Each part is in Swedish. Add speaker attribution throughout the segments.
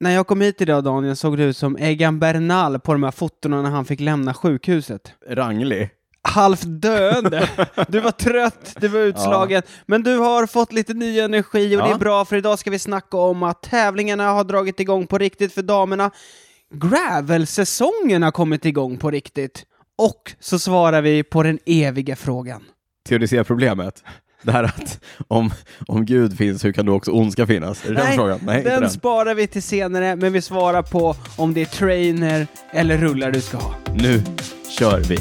Speaker 1: När jag kom hit idag Daniel såg det ut som Egan Bernal på de här fotona när han fick lämna sjukhuset.
Speaker 2: Ranglig.
Speaker 1: Halvt döende. Du var trött, du var utslagen, men du har fått lite ny energi och det
Speaker 2: Ja.
Speaker 1: är bra för idag ska vi snacka om att tävlingarna har dragit igång på riktigt för damerna. Gravelsäsongen har kommit igång på riktigt. Och så svarar vi på den eviga frågan.
Speaker 2: Teodicéproblemet. Det här att om, om Gud finns, hur kan då också ondska finnas? Är det den frågan? Nej, inte
Speaker 1: den,
Speaker 2: den.
Speaker 1: sparar vi till senare, men vi svarar på om det är trainer eller rullar du ska ha.
Speaker 2: Nu kör vi.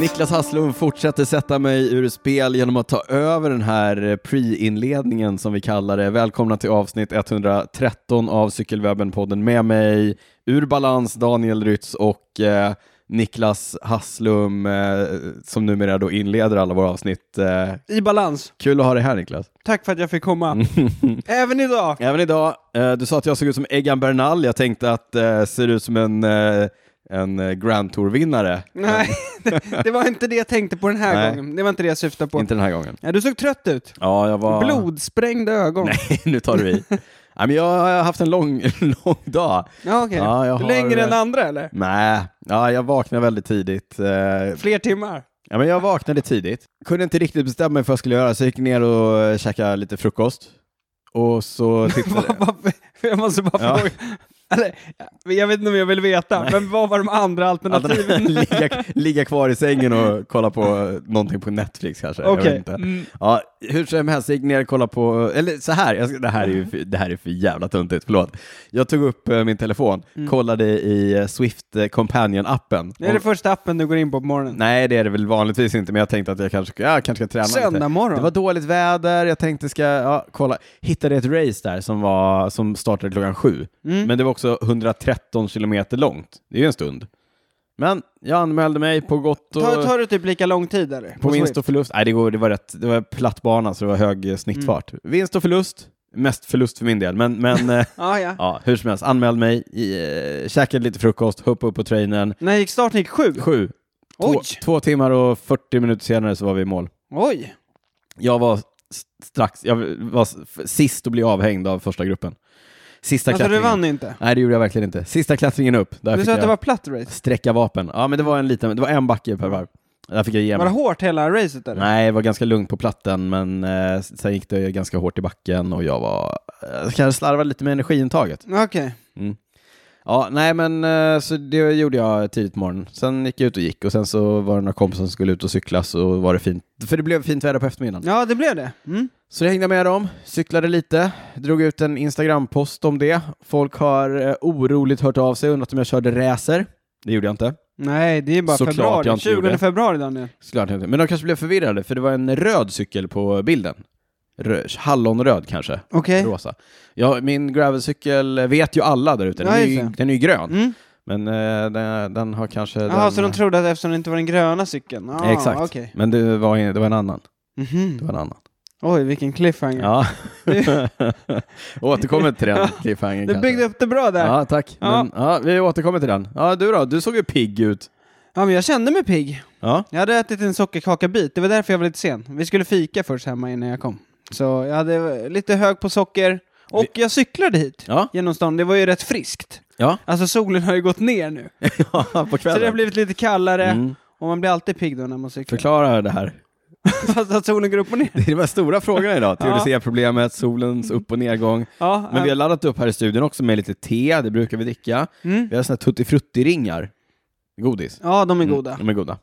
Speaker 2: Niklas Hasslund fortsätter sätta mig ur spel genom att ta över den här eh, pre-inledningen som vi kallar det. Välkomna till avsnitt 113 av Cykelwebben-podden med mig, ur balans Daniel Rytz och eh, Niklas Hasslum eh, som numera då inleder alla våra avsnitt. Eh,
Speaker 1: I balans.
Speaker 2: kul att ha dig här Niklas.
Speaker 1: Tack för att jag fick komma. Även idag.
Speaker 2: Även idag, eh, du sa att jag såg ut som Egan Bernal, jag tänkte att eh, ser ut som en, eh, en eh, Grand Tour-vinnare.
Speaker 1: Nej, det, det var inte det jag tänkte på den här
Speaker 2: Nej.
Speaker 1: gången. Det var inte det jag syftade på.
Speaker 2: Inte den här gången.
Speaker 1: Ja, du såg trött ut.
Speaker 2: Ja, jag var...
Speaker 1: Blodsprängda ögon.
Speaker 2: Nej, nu tar du i. Nej, men jag har haft en lång, lång dag.
Speaker 1: Ja, okej.
Speaker 2: Ja, jag har-
Speaker 1: Längre än andra eller?
Speaker 2: Nej, ja, jag vaknade väldigt tidigt. Eh,
Speaker 1: Fler timmar?
Speaker 2: Ja, men jag vaknade tidigt. Kunde inte riktigt bestämma mig för vad jag skulle göra, så jag gick ner och eh, käkade lite frukost. Och så tittade...
Speaker 1: Varför- jag måste bara
Speaker 2: Ja.
Speaker 1: fråga. Eller, jag vet inte om jag vill veta, men vad var de andra alternativen?
Speaker 2: ligga, ligga kvar i sängen och kolla på eh, någonting på Netflix kanske. Jag vet
Speaker 1: Okej.
Speaker 2: inte.
Speaker 1: Mm.
Speaker 2: Ja, hur som helst, jag gick ner och kollade på, eller så här, jag, ska- det, här är ju, för- det här är för jävla tuntigt, förlåt. Jag tog upp eh, min telefon, kollade i eh, Swift eh, Companion-appen.
Speaker 1: Det Mm. är det första appen du går in på på morgonen.
Speaker 2: Nej, det är det väl vanligtvis inte, men jag tänkte att jag kanske, ska- jag kanske ska träna
Speaker 1: Söndag
Speaker 2: lite.
Speaker 1: morgon.
Speaker 2: Det var dåligt väder, jag tänkte ska, ja, kolla. Hittade ett race där som, var, som startade klockan sju,
Speaker 1: Mm.
Speaker 2: men det var också 113 kilometer långt. Det är ju en stund. Men jag anmälde mig på gott och...
Speaker 1: Tar, tar det typ lika lång tid eller?
Speaker 2: På vinst
Speaker 1: Swift?
Speaker 2: och förlust? Nej, det, går, det var rätt. Det var platt bana, så det var hög eh, snittfart. Vinst och förlust. Mest förlust för min del, men, men eh,
Speaker 1: Ja, ja.
Speaker 2: ja, hur som helst. Anmälde mig, i, eh, käkade lite frukost, hoppade upp på trainern.
Speaker 1: När gick starten? Gick sju?
Speaker 2: Sju. Två,
Speaker 1: Oj.
Speaker 2: två timmar och 40 minuter senare så var vi i mål.
Speaker 1: Oj!
Speaker 2: Jag var s- strax, jag var s- f- sist att bli avhängd av första gruppen. Sista
Speaker 1: Alltså du
Speaker 2: klättringen.
Speaker 1: vann inte?
Speaker 2: Nej, det gjorde jag verkligen inte. Sista klättringen upp. Där
Speaker 1: Du
Speaker 2: fick
Speaker 1: sa att
Speaker 2: jag
Speaker 1: det var platt race?
Speaker 2: sträcka vapen. Ja, men det var en liten, det var en backe per varv. Där fick jag ge mig.
Speaker 1: Var det hårt hela racet eller?
Speaker 2: Nej, det var ganska lugnt på platten, men eh, sen gick det ganska hårt i backen och jag var... Jag kanske slarvade lite med energiintaget.
Speaker 1: Okej.
Speaker 2: Ja, nej men eh, så det gjorde jag tidigt på morgonen. Sen gick jag ut och gick och sen så var det några kompisar som skulle ut och cykla så var det fint. För det blev fint väder på eftermiddagen.
Speaker 1: Ja, det blev det. Mm.
Speaker 2: Så jag hängde med dem, cyklade lite, drog ut en Instagram-post om det. Folk har eh, oroligt hört av sig och undrat om jag körde racer. Det gjorde jag inte.
Speaker 1: Nej, det är bara
Speaker 2: Såklart jag
Speaker 1: februari.
Speaker 2: inte gjorde.
Speaker 1: 20 februari Daniel.
Speaker 2: Såklart inte. Men de kanske blev förvirrade för det var en röd cykel på bilden. Rö- hallonröd kanske.
Speaker 1: Okej.
Speaker 2: rosa. Ja, min gravelcykel vet ju alla där ute. Den,
Speaker 1: Ja,
Speaker 2: är
Speaker 1: just
Speaker 2: ju-
Speaker 1: det.
Speaker 2: den är ju grön.
Speaker 1: Mm.
Speaker 2: Men eh, den, den har kanske...
Speaker 1: Jaha,
Speaker 2: den, eh,
Speaker 1: så de trodde att eftersom det inte var den gröna cykeln? Ah,
Speaker 2: Exakt.
Speaker 1: okej.
Speaker 2: Men det var, en- det var en annan.
Speaker 1: Mhm.
Speaker 2: Det var en annan.
Speaker 1: Oj, vilken cliffhanger.
Speaker 2: Ja. återkommer till den cliffhangern
Speaker 1: Du
Speaker 2: kanske.
Speaker 1: byggde upp det bra där. Ja.
Speaker 2: Ja, tack.
Speaker 1: Ja.
Speaker 2: Men, ja, vi återkommer till den. Ja, du då? Du såg ju pigg ut.
Speaker 1: men jag kände mig pigg.
Speaker 2: Ja.
Speaker 1: Jag hade ätit en sockerkakabit, det var därför jag var lite sen. Vi skulle fika först hemma innan jag kom. Så jag hade eh, lite hög på socker, och jag cyklade hit
Speaker 2: Ja.
Speaker 1: genom stan. Det var ju rätt friskt.
Speaker 2: Ja.
Speaker 1: Alltså solen har ju gått ner nu,
Speaker 2: på
Speaker 1: så det har
Speaker 2: kvällen.
Speaker 1: blivit lite kallare,
Speaker 2: Mm.
Speaker 1: och man blir alltid pigg då när man cyklar.
Speaker 2: Förklara det här.
Speaker 1: Fast att solen går upp och ner.
Speaker 2: Det är de här stora frågorna idag.
Speaker 1: Ja.
Speaker 2: Teodicea-problemet, solens upp och nedgång.
Speaker 1: Ja,
Speaker 2: Men vi
Speaker 1: äh,
Speaker 2: har laddat upp här i studion också med lite te, det brukar vi dricka.
Speaker 1: Mm.
Speaker 2: Vi har såna här tuttifrutti-ringar. Godis. Mm,
Speaker 1: ja, de är goda.
Speaker 2: De är goda.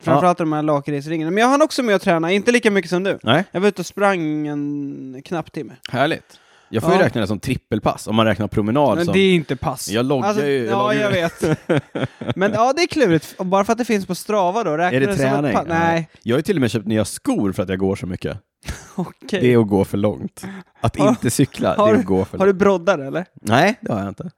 Speaker 1: Framförallt de här lakritsringarna. Men jag hann också med att träna, inte lika mycket som du.
Speaker 2: Nej,
Speaker 1: Jag var ute och sprang en knapp timme.
Speaker 2: härligt. Jag får ju
Speaker 1: Ja.
Speaker 2: räkna det som trippelpass, om man räknar promenad
Speaker 1: Men
Speaker 2: som...
Speaker 1: det är inte pass.
Speaker 2: Jag loggar ju- jag
Speaker 1: Alltså, ja,
Speaker 2: loggar ju.
Speaker 1: jag vet. Men ja, det är klurigt. Och Bara för att det finns på Strava då, räknar
Speaker 2: Är det
Speaker 1: som ett
Speaker 2: träning?
Speaker 1: pass? Nej,
Speaker 2: Jag har ju till och med köpt nya skor för att jag går så mycket.
Speaker 1: okej.
Speaker 2: Det är att gå för långt. Att
Speaker 1: Har-
Speaker 2: inte cykla, det
Speaker 1: har
Speaker 2: är
Speaker 1: du-
Speaker 2: att gå för
Speaker 1: Har
Speaker 2: långt.
Speaker 1: du broddar eller?
Speaker 2: Nej, det har jag inte.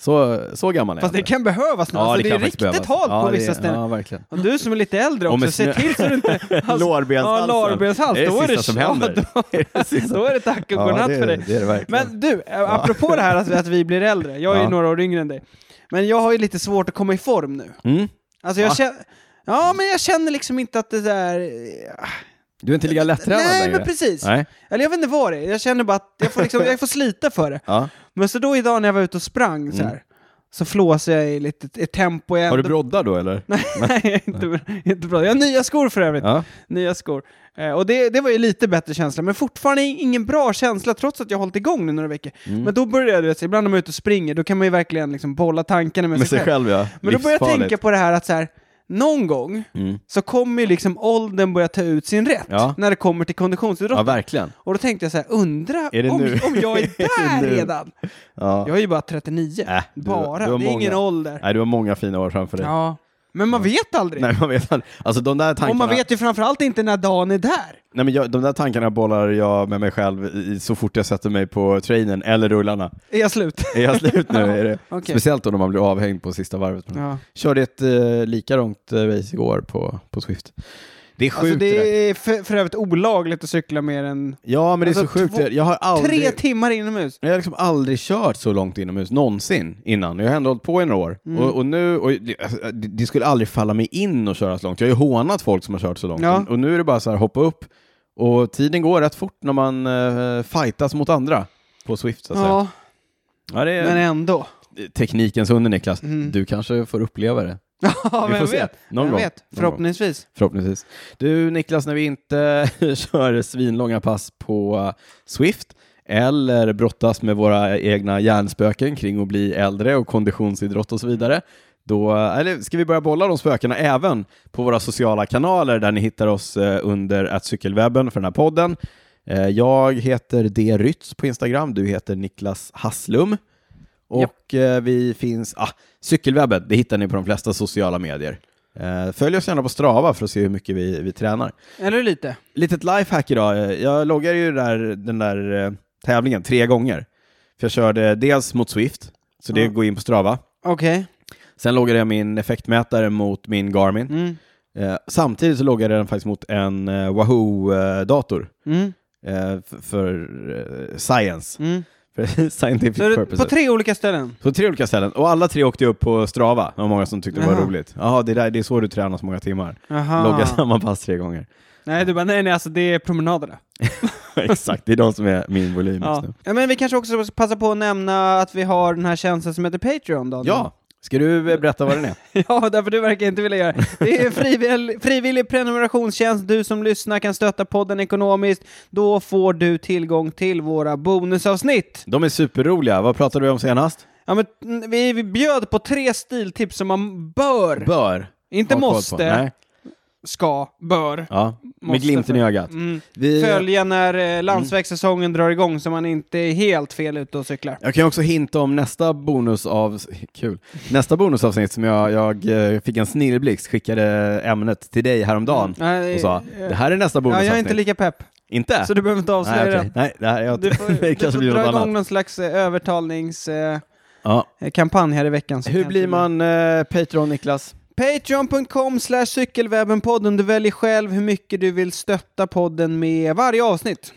Speaker 2: Så, så gammal är
Speaker 1: Fast det
Speaker 2: jag. inte.
Speaker 1: kan behövas nu. alltså, det, är riktigt
Speaker 2: faktiskt behövas.
Speaker 1: halt på
Speaker 2: Ja, det-
Speaker 1: vissa ställen.
Speaker 2: Ja, verkligen.
Speaker 1: Och du som är lite äldre
Speaker 2: Och med
Speaker 1: också, se
Speaker 2: snö-
Speaker 1: till så du inte... Alltså,
Speaker 2: Lårbenshalsen.
Speaker 1: Ja, lårbenshals.
Speaker 2: Det är det
Speaker 1: Då är det
Speaker 2: sista som
Speaker 1: kört.
Speaker 2: händer. Det är det sista.
Speaker 1: då är det tack och godnatt
Speaker 2: det är-
Speaker 1: för dig.
Speaker 2: Det är det verkligen.
Speaker 1: Men du, eh, apropå det här alltså, att vi blir äldre. Jag är ju
Speaker 2: Ja.
Speaker 1: några år yngre än dig. Men jag har ju lite svårt att komma i form nu.
Speaker 2: Mm.
Speaker 1: Alltså jag
Speaker 2: Va?
Speaker 1: känner... Ja, men jag känner liksom inte att det där... eh,
Speaker 2: Du är inte lika lättränad
Speaker 1: Nej,
Speaker 2: längre.
Speaker 1: men precis.
Speaker 2: Nej.
Speaker 1: Eller jag vet inte vad det är. Jag känner bara att jag får, liksom, jag får slita för det.
Speaker 2: Ja.
Speaker 1: Men så då idag när jag var ute och sprang så här, så flåsade jag i lite i tempo. Jag
Speaker 2: Mm. Har du
Speaker 1: ändå-
Speaker 2: broddar då eller?
Speaker 1: Nej, inte, inte bra. Jag har nya skor för övrigt.
Speaker 2: Ja.
Speaker 1: Nya skor. Eh, och det, det var ju lite bättre känsla, men fortfarande ingen bra känsla trots att jag har hållit igång nu några veckor.
Speaker 2: Mm.
Speaker 1: Men då började jag, du vet, ibland när man är ute och springer, då kan man ju verkligen liksom bolla tankarna med,
Speaker 2: Med sig själv ja.
Speaker 1: Men då började jag
Speaker 2: Livsfarligt.
Speaker 1: tänka på det här att så här, någon gång
Speaker 2: Mm.
Speaker 1: så kommer ju liksom åldern börja ta ut sin rätt
Speaker 2: Ja.
Speaker 1: när det kommer till konditionsidrott.
Speaker 2: Ja, verkligen.
Speaker 1: och då tänkte jag så här, undra
Speaker 2: Är det
Speaker 1: om,
Speaker 2: nu?
Speaker 1: om jag är
Speaker 2: det
Speaker 1: där
Speaker 2: nu?
Speaker 1: redan?
Speaker 2: Ja.
Speaker 1: Jag är ju bara 39.
Speaker 2: Äh, du-
Speaker 1: bara,
Speaker 2: du har
Speaker 1: det är ingen
Speaker 2: många.
Speaker 1: ålder.
Speaker 2: Nej, du har många fina år framför dig.
Speaker 1: Ja. Men man vet aldrig.
Speaker 2: Nej, man vet aldrig. Alltså de där tankarna,
Speaker 1: och man vet ju framförallt inte när dagen är där.
Speaker 2: nej, men jag, de där tankarna bollar jag med mig själv i, så fort jag sätter mig på trainen eller rullarna.
Speaker 1: Är jag slut?
Speaker 2: Är jag slut nu? Är det?
Speaker 1: Okej.
Speaker 2: Speciellt då när man blir avhängd på sista varvet.
Speaker 1: Ja.
Speaker 2: Körde ett eh, lika långt eh, race igår på, på Swift. Det är sjukt
Speaker 1: Alltså
Speaker 2: det där.
Speaker 1: det är för, för övrigt olagligt att cykla mer än
Speaker 2: Ja, men det är
Speaker 1: Alltså,
Speaker 2: så sjukt.
Speaker 1: två-
Speaker 2: det där. jag har aldrig...
Speaker 1: tre timmar inomhus.
Speaker 2: Jag har liksom aldrig kört så långt inomhus någonsin innan. Jag har ändå hållit på i några år.
Speaker 1: Mm.
Speaker 2: Och, och nu, och, det- alltså, det det skulle aldrig falla mig in att köra så långt. Jag har ju hånat folk som har kört så långt.
Speaker 1: Ja.
Speaker 2: Och nu är det bara så här, hoppa upp. Och tiden går rätt fort när man uh, fightas mot andra på Swift. Så att säga.
Speaker 1: Ja,
Speaker 2: Ja, det är
Speaker 1: men ändå.
Speaker 2: teknikens under Niklas.
Speaker 1: Mm.
Speaker 2: Du kanske får uppleva det.
Speaker 1: Ja,
Speaker 2: vi
Speaker 1: vem
Speaker 2: får se.
Speaker 1: vet?
Speaker 2: Någon
Speaker 1: vem
Speaker 2: gång.
Speaker 1: vet?
Speaker 2: Någon gång.
Speaker 1: Förhoppningsvis.
Speaker 2: Förhoppningsvis. Du Niklas, när vi inte kör svinlånga pass på eh, Swift eller brottas med våra egna hjärnspöken kring att bli äldre och konditionsidrott och så vidare, då eh, eller ska vi börja bolla de spökena även på våra sociala kanaler där ni hittar oss eh, under att cykelwebben för den här podden. Eh, Jag heter D. Rytz på Instagram, du heter Niklas Hasslum. Och eh, vi finns, ah, cykelwebben, det hittar ni på de flesta sociala medier. Eh, Följ oss gärna på Strava för att se hur mycket vi, vi tränar.
Speaker 1: Eller lite.
Speaker 2: Litet lifehack idag. Eh, Jag loggade ju där, den där eh, tävlingen tre gånger. För jag körde dels mot Swift, så det
Speaker 1: Ja.
Speaker 2: går in på Strava.
Speaker 1: Okej.
Speaker 2: Sen loggade jag min effektmätare mot min Garmin.
Speaker 1: Mm.
Speaker 2: Eh, samtidigt så loggade jag den faktiskt mot en eh, Wahoo-dator.
Speaker 1: Mm.
Speaker 2: Eh, f- för eh, science,
Speaker 1: Mm.
Speaker 2: för scientific
Speaker 1: Så är det
Speaker 2: purposes.
Speaker 1: på tre olika ställen.
Speaker 2: Så tre olika ställen, och alla tre åkte upp på Strava. Det var många som tyckte det var
Speaker 1: Jaha. Ah.
Speaker 2: roligt. Jaha, det, där, det är så du tränar så många timmar. Logga
Speaker 1: Aha.
Speaker 2: samma pass tre gånger.
Speaker 1: Nej, du bara nej, nej, alltså det är promenaderna.
Speaker 2: Exakt, det är de som är min volym just
Speaker 1: Ja.
Speaker 2: nu.
Speaker 1: ja, men vi kanske också ska passa på att nämna att vi har den här tjänsten som heter Patreon då.
Speaker 2: Ja, ska du eh, berätta vad den är?
Speaker 1: Ja, därför du verkar inte vilja göra det. Det är en frivill, frivillig prenumerationstjänst. Du som lyssnar kan stötta podden ekonomiskt. Då får du tillgång till våra bonusavsnitt.
Speaker 2: De är superroliga. Vad pratade vi om senast?
Speaker 1: Ja, men, mm, vi, vi bjöd på tre stiltips som man bör,
Speaker 2: Bör.
Speaker 1: inte
Speaker 2: Ha koll på.
Speaker 1: måste,
Speaker 2: Nej.
Speaker 1: ska, bör.
Speaker 2: Ja, med
Speaker 1: Måste
Speaker 2: glimten i
Speaker 1: för-
Speaker 2: ögat.
Speaker 1: Mm.
Speaker 2: Vi,
Speaker 1: Följa när
Speaker 2: Mm.
Speaker 1: eh, landsvägssäsongen drar igång så man inte är helt fel ute och cyklar.
Speaker 2: Jag kan också hinta om nästa bonus av kul. Nästa bonusavsnitt som jag, jag eh, fick en snilleblixt, skickade ämnet till dig häromdagen
Speaker 1: Nej,
Speaker 2: och sa
Speaker 1: eh,
Speaker 2: det här är nästa
Speaker 1: ja,
Speaker 2: bonusavsnitt.
Speaker 1: jag är inte lika pepp,
Speaker 2: Inte?
Speaker 1: så du behöver inte avslöja
Speaker 2: Nej, okej.
Speaker 1: det.
Speaker 2: Nej, det, här, jag,
Speaker 1: Du får,
Speaker 2: det
Speaker 1: du
Speaker 2: kanske
Speaker 1: får
Speaker 2: blir
Speaker 1: dra
Speaker 2: något
Speaker 1: igång
Speaker 2: annat.
Speaker 1: någon slags eh, övertalnings... Eh,
Speaker 2: Ja.
Speaker 1: eh, kampanj här i veckan. så
Speaker 2: Hur
Speaker 1: kanske
Speaker 2: blir
Speaker 1: det-
Speaker 2: man eh, Patreon, Niklas?
Speaker 1: Patreon.com slash cykelwebbenpodden. Du väljer själv hur mycket du vill stötta podden med varje avsnitt.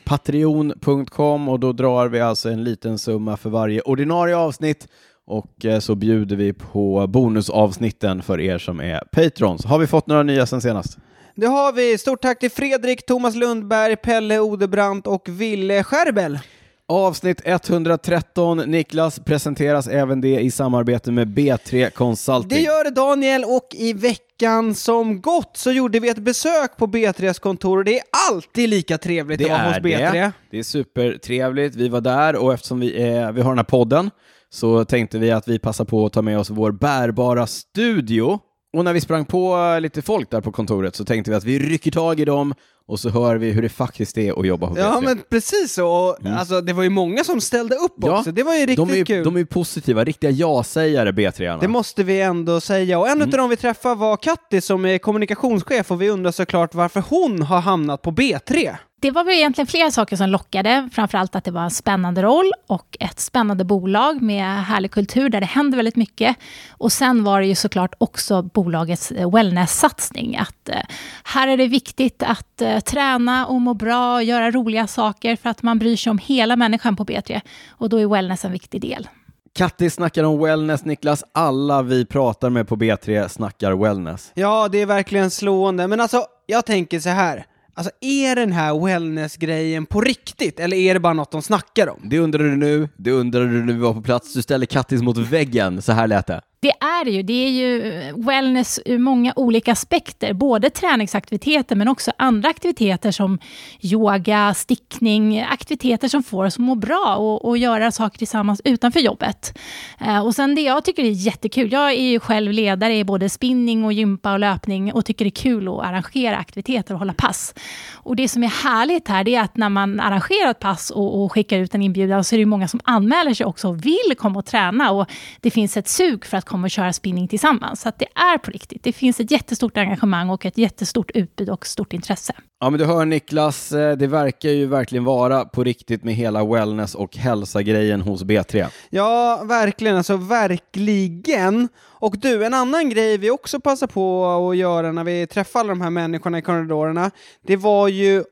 Speaker 2: Patreon.com och då drar vi alltså en liten summa för varje ordinarie avsnitt och eh, så bjuder vi på bonusavsnitten för er som är Patrons. Har vi fått några nya sen senast?
Speaker 1: Det har vi. Stort tack till Fredrik, Thomas Lundberg, Pelle Odebrant och Ville Scherbel.
Speaker 2: Avsnitt 113, Niklas, presenteras även det i samarbete med B3 Consulting.
Speaker 1: Det gör det Daniel och i veckan som gått så gjorde vi ett besök på B3s kontor och det är alltid lika trevligt att vara hos B3.
Speaker 2: det. Det är supertrevligt. Vi var där och eftersom vi, är, vi har den här podden så tänkte vi att vi passar på att ta med oss vår bärbara studio. Och när vi sprang på eh, lite folk där på kontoret så tänkte vi att vi rycker tag i dem och så hör vi hur det faktiskt är att jobba på
Speaker 1: Ja,
Speaker 2: P3.
Speaker 1: men precis så. Och, Alltså, det var ju många som ställde upp
Speaker 2: Ja,
Speaker 1: också. Det var ju riktigt
Speaker 2: de är ju,
Speaker 1: kul.
Speaker 2: De är ju positiva, riktiga ja-sägare,
Speaker 1: Det
Speaker 2: B3-arna.
Speaker 1: måste vi ändå säga. Och en utav dem vi träffade var Katti som är kommunikationschef och vi undrar såklart varför hon har hamnat på B3.
Speaker 3: Det var väl egentligen flera saker som lockade, framförallt att det var en spännande roll och ett spännande bolag med härlig kultur där det händer väldigt mycket. Och sen var det ju såklart också bolagets eh, wellness-satsning. Att eh, här är det viktigt att eh, träna och må bra, göra roliga saker för att man bryr sig om hela människan på B3. Och då är wellness en viktig del.
Speaker 2: Katti snackar om wellness, Niklas. Alla vi pratar med på B3 snackar wellness.
Speaker 1: Ja, det är verkligen slående. Men alltså, jag tänker så här. Alltså, är den här wellness-grejen på riktigt eller är det bara något de snackar om?
Speaker 2: Det undrar du nu, det undrar du när vi var på plats. Du ställer Kattis mot väggen, så här lät det.
Speaker 3: Det är det ju. Det är ju eh, wellness ur många olika aspekter. Både träningsaktiviteter men också andra aktiviteter som yoga, stickning. Aktiviteter som får oss att må bra och, och göra saker tillsammans utanför jobbet. Eh, och sen det jag tycker är jättekul. Jag är ju själv ledare i både spinning och gympa och löpning och tycker det är kul att arrangera aktiviteter och hålla pass. Och det som är härligt här det är att när man arrangerar ett pass och, och skickar ut en inbjudan så är det ju många som anmäler sig också och vill komma och träna och det finns ett sug för att komma och köra spinning tillsammans. Så att det är på riktigt. Det finns ett jättestort engagemang och ett jättestort utbud och stort intresse.
Speaker 2: Ja, men du hör Niklas, eh, det verkar ju verkligen vara på riktigt med hela wellness och hälsa-grejen hos B3.
Speaker 1: Ja, verkligen. Alltså verkligen. Och du, en annan grej vi också passar på att göra när vi träffar alla de här människorna i korridorerna, det var ju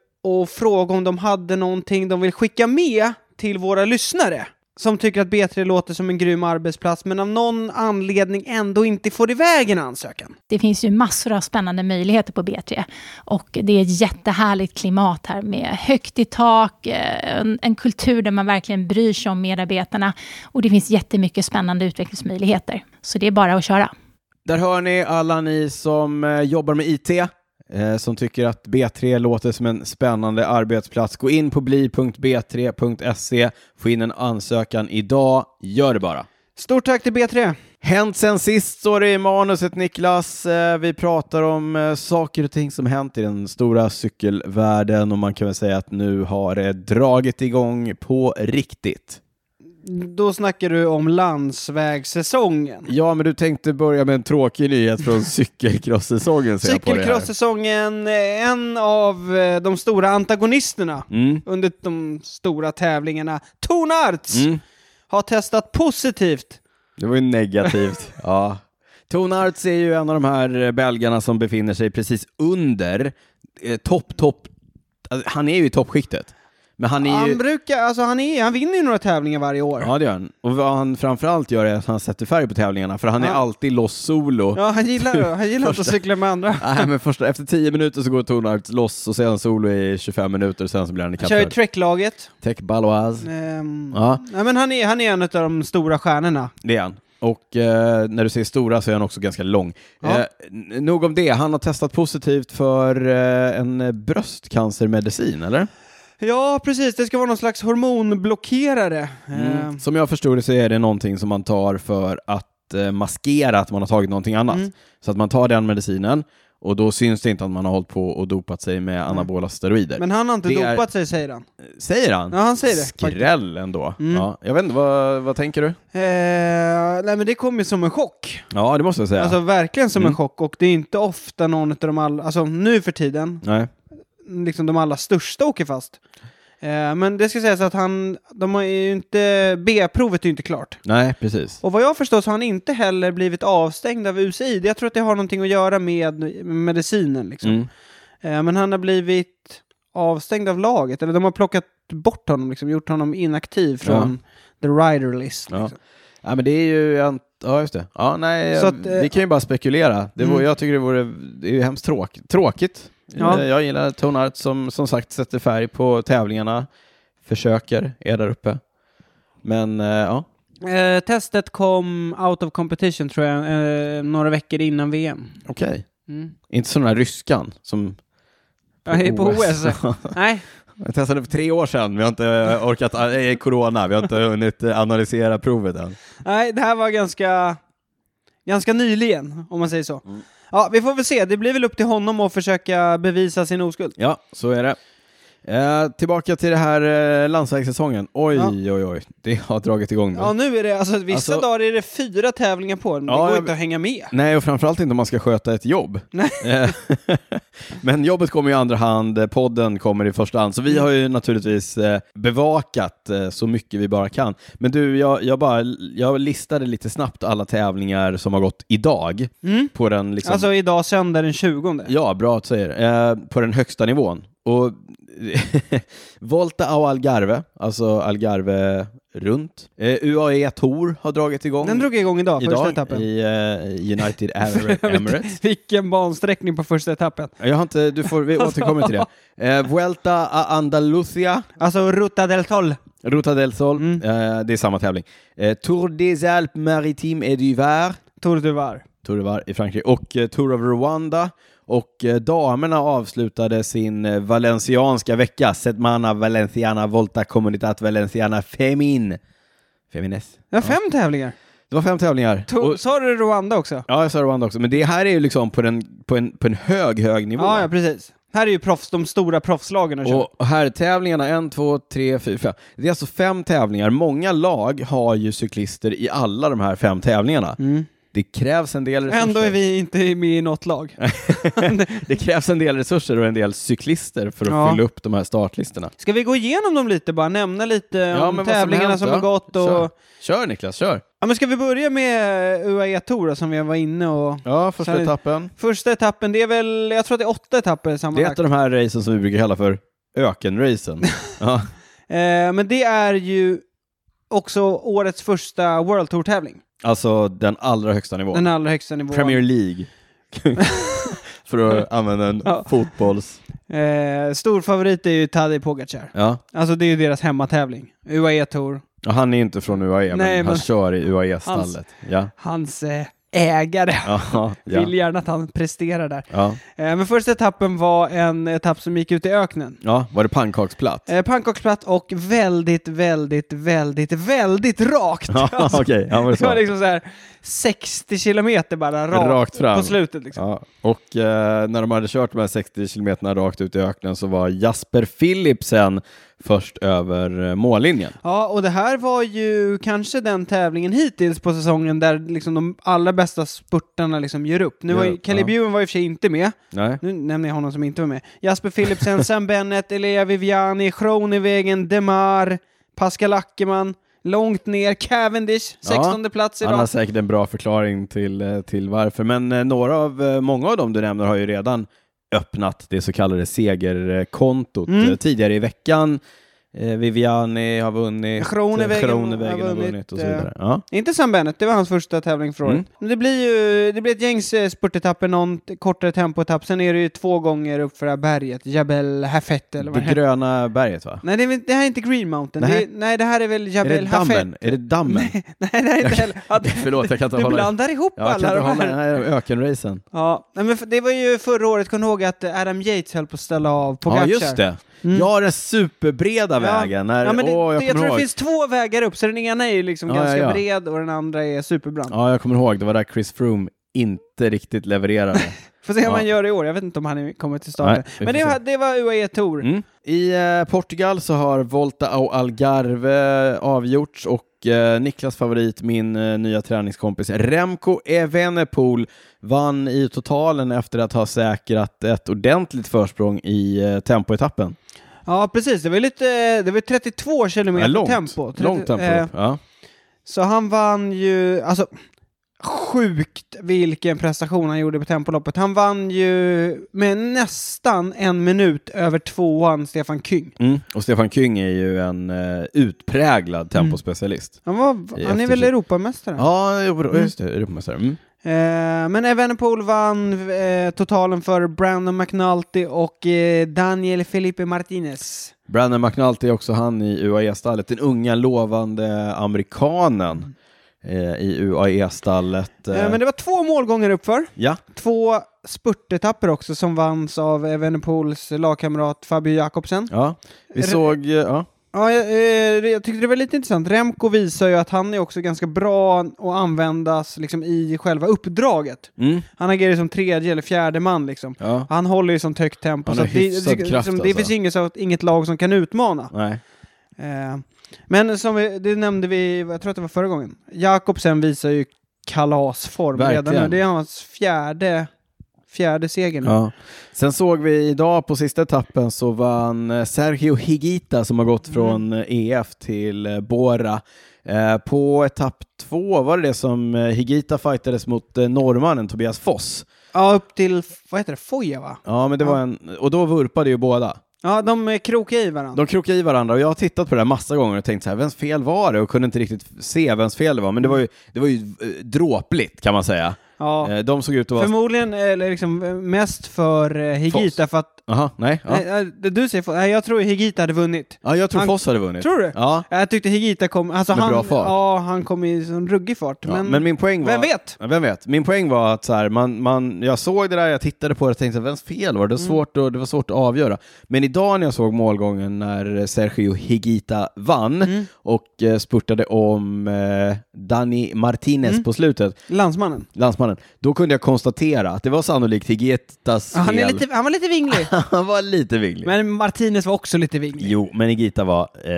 Speaker 1: att fråga om de hade någonting de vill skicka med till våra lyssnare som tycker att B3 låter som en grym arbetsplats men av någon anledning ändå inte får iväg en ansökan.
Speaker 3: Det finns ju massor av spännande möjligheter på B3 och det är ett jättehärligt klimat här med högt i tak, eh, en, en kultur där man verkligen bryr sig om medarbetarna och det finns jättemycket spännande utvecklingsmöjligheter. Så det är bara att köra.
Speaker 2: Där hör ni alla ni som eh, jobbar med IT, eh, som tycker att B3 låter som en spännande arbetsplats. Gå in på bli.b3.se, E, få in en ansökan idag. Gör det bara.
Speaker 1: Stort tack till B3!
Speaker 2: Hänt sen sist står det i manuset Niklas. Eh, Vi pratar om eh, saker och ting som hänt i den stora cykelvärlden och man kan väl säga att nu har det dragit igång på riktigt.
Speaker 1: Då snackar du om landsvägssäsongen.
Speaker 2: Ja, men du tänkte börja med en tråkig nyhet från cykelcross-säsongen. ser jag på det här.
Speaker 1: Cykelcross-säsongen, eh, en av eh, de stora antagonisterna
Speaker 2: Mm.
Speaker 1: under de stora tävlingarna, Tonarts,
Speaker 2: Mm.
Speaker 1: har testat positivt.
Speaker 2: Det var ju negativt. ja. Tone Arts är ju en av de här eh, belgarna som befinner sig precis under eh, topp, topp. Alltså, han är ju i toppskiktet. Men han är ju...
Speaker 1: Han brukar, alltså han, är, han vinner ju några tävlingar varje år. Ja.
Speaker 2: Ja, det gör han. Och vad han framförallt gör är att han sätter färg på tävlingarna, för han är
Speaker 1: Ja.
Speaker 2: alltid loss solo.
Speaker 1: han gillar, han gillar inte att cykla med andra.
Speaker 2: Nej, men första, efter 10 minuter så går Tornarts loss och sen solo i 25 minuter och sen så blir han
Speaker 1: Han kör ju
Speaker 2: ikappad.
Speaker 1: trekklaget.
Speaker 2: Tech Balois.
Speaker 1: Ehm,
Speaker 2: Ja.
Speaker 1: Nej, men han är, han är en av de stora stjärnorna.
Speaker 2: Det är han. Och eh, när du säger stora så är han också ganska lång.
Speaker 1: Ja.
Speaker 2: Eh, n- nog om det. Han har testat positivt för eh, en eh, bröstcancermedicin, eller?
Speaker 1: Ja, precis. Det ska vara någon slags hormonblockerare.
Speaker 2: Mm.
Speaker 1: Ehm,
Speaker 2: Som jag förstod det så är det någonting som man tar för att eh, maskera att man har tagit någonting annat.
Speaker 1: Mm.
Speaker 2: Så att man tar den medicinen och då syns det inte att man har hållit på och dopat sig med anabola steroider.
Speaker 1: Men han har inte
Speaker 2: Det är-
Speaker 1: dopat sig, säger han.
Speaker 2: Säger han?
Speaker 1: Ja, han säger det.
Speaker 2: Skräll ändå.
Speaker 1: Mm.
Speaker 2: Ja, jag vet inte, vad, vad tänker du?
Speaker 1: Ehm, nej, men det kom ju som en chock.
Speaker 2: Ja, det måste jag säga.
Speaker 1: Alltså verkligen som
Speaker 2: Mm.
Speaker 1: en chock och det är inte ofta någon av de alla, alltså nu för tiden,
Speaker 2: Nej.
Speaker 1: liksom de allra största åker fast. Eh, men det ska sägas att han, de har ju inte, B-provet är ju inte klart.
Speaker 2: Nej, precis.
Speaker 1: Och vad jag förstår så har han inte heller blivit avstängd av UCI. Jag tror att det har någonting att göra med medicinen liksom.
Speaker 2: Mm.
Speaker 1: Eh, men han har blivit avstängd av laget, eller de har plockat bort honom liksom, gjort honom inaktiv från the rider list.
Speaker 2: Ja.
Speaker 1: Liksom.
Speaker 2: ja, men det är ju... en- Ja, just det. Ja, nej,
Speaker 1: Så
Speaker 2: eh,
Speaker 1: att, eh,
Speaker 2: vi kan ju bara spekulera. Det vore,
Speaker 1: Mm.
Speaker 2: Jag tycker det vore det är ju hemskt tråk, tråkigt.
Speaker 1: Ja.
Speaker 2: Eh, Jag gillar Tone Art som som sagt sätter färg på tävlingarna, försöker, är där uppe. Men eh, ja,
Speaker 1: Eh, testet kom out of competition tror jag, eh, några veckor innan VM.
Speaker 2: okej.
Speaker 1: Mm.
Speaker 2: Inte som den här ryskan som...
Speaker 1: Ja, hej på OS. Nej,
Speaker 2: Jag testade för tre år sedan, vi har inte eh, orkat, eh, corona, vi har inte hunnit eh, analysera provet än. Mm.
Speaker 1: nej, det här var ganska, ganska nyligen, om man säger så. Ja, vi får väl se. Det blir väl upp till honom att försöka bevisa sin oskuld.
Speaker 2: Ja, så är det. Eh, tillbaka till det här eh, landsvägssäsongen. Oj, oj, oj. Det har dragit igång nu.
Speaker 1: Ja, nu är det, alltså vissa
Speaker 2: Mm. Alltså-
Speaker 1: dagar är det fyra tävlingar på men
Speaker 2: Ja,
Speaker 1: det går
Speaker 2: jag-
Speaker 1: inte att hänga med.
Speaker 2: Nej, och framförallt inte om man ska sköta ett jobb.
Speaker 1: Nej.
Speaker 2: Eh, Men jobbet kommer i andra hand, eh, podden kommer i första hand. Så vi har ju naturligtvis eh, bevakat eh, så mycket vi bara kan. Men du, jag, jag, bara, jag listade lite snabbt alla tävlingar som har gått idag.
Speaker 1: Mm.
Speaker 2: På den liksom,
Speaker 1: Alltså idag söndag den 20.
Speaker 2: Ja, bra att du säger det. eh, På den högsta nivån. Och Volta ao Algarve, alltså Algarve runt. Eh, UAE Tour har dragit igång
Speaker 1: Den drog igång idag, första
Speaker 2: idag
Speaker 1: etappen.
Speaker 2: i eh, United Arab Emirates.
Speaker 1: Vilken bansträckning på första etappen.
Speaker 2: Jag har inte, du får, vi återkommer till det. Eh, Vuelta a Andalusia,
Speaker 1: Alltså Ruta del Sol.
Speaker 2: Ruta del Sol,
Speaker 1: Mm.
Speaker 2: eh, det är samma tävling. Eh, Tour des Alpes Maritimes et du Var,
Speaker 1: Tour du var.
Speaker 2: Tour du Var i Frankrike, och eh, Tour of Rwanda. Och eh, damerna avslutade sin eh, valencianska vecka, Setmana Valenciana Volta Comunitat Valenciana Femin. Femines.
Speaker 1: Ja, fem tävlingar.
Speaker 2: Det var fem tävlingar.
Speaker 1: To-
Speaker 2: Och,
Speaker 1: Sa du Rwanda också?
Speaker 2: ja, jag sa Rwanda också, men det här är ju liksom på, den, på, en, på en hög, hög nivå.
Speaker 1: Ja, ja, precis. Här är ju proffs, de stora proffslagen och kör.
Speaker 2: Och här tävlingarna, en, två, tre, fyra, fem. Det är alltså fem tävlingar. Många lag har ju cyklister i alla de här fem tävlingarna.
Speaker 1: Mm.
Speaker 2: Det krävs en del resurser.
Speaker 1: Ändå är vi inte med i något lag.
Speaker 2: Det krävs en del resurser och en del cyklister för att
Speaker 1: Ja.
Speaker 2: fylla upp de här startlistorna.
Speaker 1: Ska vi gå igenom dem lite bara? Nämna lite om
Speaker 2: men vad som
Speaker 1: tävlingarna
Speaker 2: hänt,
Speaker 1: som,
Speaker 2: ja.
Speaker 1: har gått och...
Speaker 2: Kör. Kör Niklas, kör!
Speaker 1: Ja, men ska vi börja med eh, UAE E Tour då, som vi var inne och...
Speaker 2: Ja, första
Speaker 1: Kör.
Speaker 2: etappen.
Speaker 1: Första etappen, det är väl... Jag tror att det är åtta etapper
Speaker 2: Det är
Speaker 1: sammanlagt.
Speaker 2: ett av de här racen som vi brukar kalla för ökenracen. ja.
Speaker 1: Eh, men det är ju också årets första World Tour-tävling.
Speaker 2: Alltså den allra högsta nivån.
Speaker 1: Den allra högsta nivån.
Speaker 2: Premier League. för att använda en
Speaker 1: Ja.
Speaker 2: fotbolls...
Speaker 1: Eh, stor favorit är ju Tadej Pogacar.
Speaker 2: Ja.
Speaker 1: Alltså det är ju deras hemmatävling. UAE Tour.
Speaker 2: Ja, han är inte från UAE, men,
Speaker 1: Nej,
Speaker 2: han
Speaker 1: men-
Speaker 2: kör i UAE-stallet. Ja.
Speaker 1: Hans eh, ägare
Speaker 2: Ja,
Speaker 1: vill
Speaker 2: ja,
Speaker 1: gärna att han presterar där.
Speaker 2: ja.
Speaker 1: Eh, men första etappen var en etapp som gick ut i öknen.
Speaker 2: ja, var det pannkaksplatt?
Speaker 1: Eh, pannkaksplatt och väldigt, väldigt, väldigt, väldigt rakt.
Speaker 2: Ja,
Speaker 1: Alltså,
Speaker 2: okej. Ja, var det
Speaker 1: det var
Speaker 2: så?
Speaker 1: liksom så här 60 kilometer bara rakt,
Speaker 2: Rakt fram.
Speaker 1: på slutet. Liksom.
Speaker 2: Ja, och eh, när de hade kört de här 60 kilometerna rakt ut i öknen så var Jasper Philipsen först över eh, mållinjen.
Speaker 1: Ja, och det här var ju kanske den tävlingen hittills på säsongen där liksom de allra bästa spurtarna liksom gör upp. Nu var
Speaker 2: Gör
Speaker 1: ju,
Speaker 2: upp,
Speaker 1: Kelly
Speaker 2: ja.
Speaker 1: Bjuen var i och för sig inte med.
Speaker 2: Nej.
Speaker 1: Nu nämner jag honom som inte var med. Jasper Philipsen, Sam Bennett, Elia Viviani, Groenewegen, Demar, Pascal Ackerman, långt ner, Cavendish, 16 plats
Speaker 2: Han
Speaker 1: idag.
Speaker 2: har säkert en bra förklaring till, eh, till varför, men eh, några av, eh, många av dem du nämner har ju redan öppnat det så kallade segerkontot
Speaker 1: Mm.
Speaker 2: eh, tidigare i veckan. Eh, Viviani har vunnit,
Speaker 1: Groenewegen
Speaker 2: eh,
Speaker 1: har
Speaker 2: Groenewegen har vunnit och så
Speaker 1: vunnit, eh,
Speaker 2: vidare. Ja.
Speaker 1: Inte Sam Bennett, det var hans första tävling för året.
Speaker 2: Mm.
Speaker 1: Men det blir ju det blir ett gängs eh, spurtetapper, någon t- kortare tempoetapp, sen är det ju två gånger upp för det här berget, Jabel Hafet eller vad det
Speaker 2: det
Speaker 1: heter.
Speaker 2: gröna berget va?
Speaker 1: Nej, det, är väl- det här är inte Green Mountain.
Speaker 2: Nej.
Speaker 1: Nej, det, är- nej, det här är väl
Speaker 2: Är det
Speaker 1: Jabel Hafet.
Speaker 2: dammen? Är det dammen?
Speaker 1: Nej, det här är inte heller... Ja, du-
Speaker 2: Förlåt, jag kan inte
Speaker 1: Du
Speaker 2: hålla
Speaker 1: blandar ihop
Speaker 2: Ja, jag kan
Speaker 1: alla
Speaker 2: inte
Speaker 1: de
Speaker 2: hålla
Speaker 1: här.
Speaker 2: den här ökenracen.
Speaker 1: Ja, nej, men för- det var ju förra året, kom ni ihåg att eh, Adam Yates höll på att ställa av på
Speaker 2: Ja, just det.
Speaker 1: Mm.
Speaker 2: Ja, den superbreda
Speaker 1: Ja.
Speaker 2: vägen. När,
Speaker 1: Ja, men det,
Speaker 2: åh, jag
Speaker 1: det, jag
Speaker 2: kommer
Speaker 1: tror det
Speaker 2: ihåg.
Speaker 1: finns två vägar upp, så den ena är ju liksom
Speaker 2: Ja,
Speaker 1: ganska
Speaker 2: ja, ja.
Speaker 1: bred och den andra är superbrant.
Speaker 2: Ja, jag kommer ihåg. Det var där Chris Froome inte riktigt levererade.
Speaker 1: Får se
Speaker 2: Ja.
Speaker 1: vad han gör i år, jag vet inte om han är- kommer till starten.
Speaker 2: Nej, vi
Speaker 1: Men
Speaker 2: får
Speaker 1: det,
Speaker 2: se.
Speaker 1: var- det var UAE Tour.
Speaker 2: Mm. I eh, Portugal så har Volta ao Algarve avgjorts och eh, Niklas favorit, min eh, nya träningskompis Remco Evenepoel vann i totalen efter att ha säkrat ett ordentligt försprång i eh, tempoetappen.
Speaker 1: Ja, precis. Det var ju lite, det var ju 32
Speaker 2: Ja,
Speaker 1: kilometer
Speaker 2: långt
Speaker 1: tempo.
Speaker 2: tempo.
Speaker 1: 30,
Speaker 2: Långt tempo.
Speaker 1: eh,
Speaker 2: ja.
Speaker 1: så han vann ju, alltså sjukt vilken prestation han gjorde på tempoloppet. Han vann ju med nästan en minut över tvåan Stefan Kyng.
Speaker 2: Mm. Och Stefan Kyng är ju en eh, utpräglad tempospecialist.
Speaker 1: Han, var, han är väl
Speaker 2: Eftersom-
Speaker 1: Europamästare?
Speaker 2: Ja, Euro- just det, Europamästare. Mm.
Speaker 1: Eh, men Evenepoel vann eh, totalen för Brandon McNulty och eh, Daniel Felipe Martinez.
Speaker 2: Brandon McNulty är också han i UAE-stallet, den unga lovande amerikanen eh, i UAE-stallet. eh.
Speaker 1: Eh, men det var två målgångar uppför.
Speaker 2: Ja,
Speaker 1: Två spurtetapper också som vanns av Evenepoels lagkamrat Fabio Jakobsen.
Speaker 2: ja. Vi
Speaker 1: Är det-
Speaker 2: såg, eh, ja.
Speaker 1: Ja, jag, eh, jag tyckte det var lite intressant. Remco visar ju att han är också ganska bra att användas liksom, i själva uppdraget.
Speaker 2: Mm.
Speaker 1: Han agerar ju som tredje eller fjärde man liksom.
Speaker 2: Ja.
Speaker 1: Han håller ju som högt tempo.
Speaker 2: Han
Speaker 1: Så
Speaker 2: har
Speaker 1: att det, det,
Speaker 2: hyfsad kraft,
Speaker 1: liksom, det
Speaker 2: alltså.
Speaker 1: finns ju inget, så- inget lag som kan utmana.
Speaker 2: Nej.
Speaker 1: Eh, men som vi, det nämnde vi, jag tror att det var förra gången. Jakobsen visar ju kalasform redan
Speaker 2: Verkligen.
Speaker 1: nu. Det är hans fjärde, fjärde seger nu.
Speaker 2: Ja. Sen såg vi idag på sista etappen så vann eh, Sergio Higuita som har gått
Speaker 1: Mm.
Speaker 2: från eh, EF till eh, Bora. Eh, På etapp två var det det som eh, Higuita fightades mot eh, norrmannen Tobias Foss.
Speaker 1: Ja, upp till, vad heter det, Foja va?
Speaker 2: Ja, men det var en, och då vurpade ju båda.
Speaker 1: Ja, de eh, krokar i varandra.
Speaker 2: De krokade i varandra och jag har tittat på det här massa gånger och tänkt så här, vems fel var det? Och kunde inte riktigt se vems fel det var, men det var ju, det var ju eh, dråpligt kan man säga.
Speaker 1: Ja.
Speaker 2: Eh, De såg ut att vara...
Speaker 1: Förmodligen, eller liksom eh, mest för eh, Higita för att...
Speaker 2: Aha, nej. Ja.
Speaker 1: Nej, eh, det du säger, Foss. nej, jag tror Higita hade vunnit.
Speaker 2: ja, jag tror
Speaker 1: Han-
Speaker 2: Foss hade vunnit.
Speaker 1: Tror du?
Speaker 2: Eh, Ja.
Speaker 1: Jag tyckte Higita kom... Alltså
Speaker 2: Med
Speaker 1: han,
Speaker 2: bra fart.
Speaker 1: Ja, han kom i sån ruggig fart.
Speaker 2: Ja,
Speaker 1: men,
Speaker 2: men, min poäng var...
Speaker 1: vem vet?
Speaker 2: Ja, vem vet? Min poäng var att så här, man, man, jag såg det där, jag tittade på det och tänkte så här, vems fel var det?
Speaker 1: Mm.
Speaker 2: Det var, svårt att, det var svårt att avgöra. Men idag när jag såg målgången när Sergio Higuita vann
Speaker 1: Mm.
Speaker 2: och eh, spurtade om eh, Dani Martinez
Speaker 1: Mm.
Speaker 2: på slutet,
Speaker 1: Landsmannen.
Speaker 2: landsmannen, då kunde jag konstatera att det var sannolikt Higuitas
Speaker 1: Ja, han, är
Speaker 2: fel.
Speaker 1: lite, han var lite vinglig.
Speaker 2: han var lite vinglig.
Speaker 1: men Martinez var också lite vinglig.
Speaker 2: Jo, men Higuita var eh,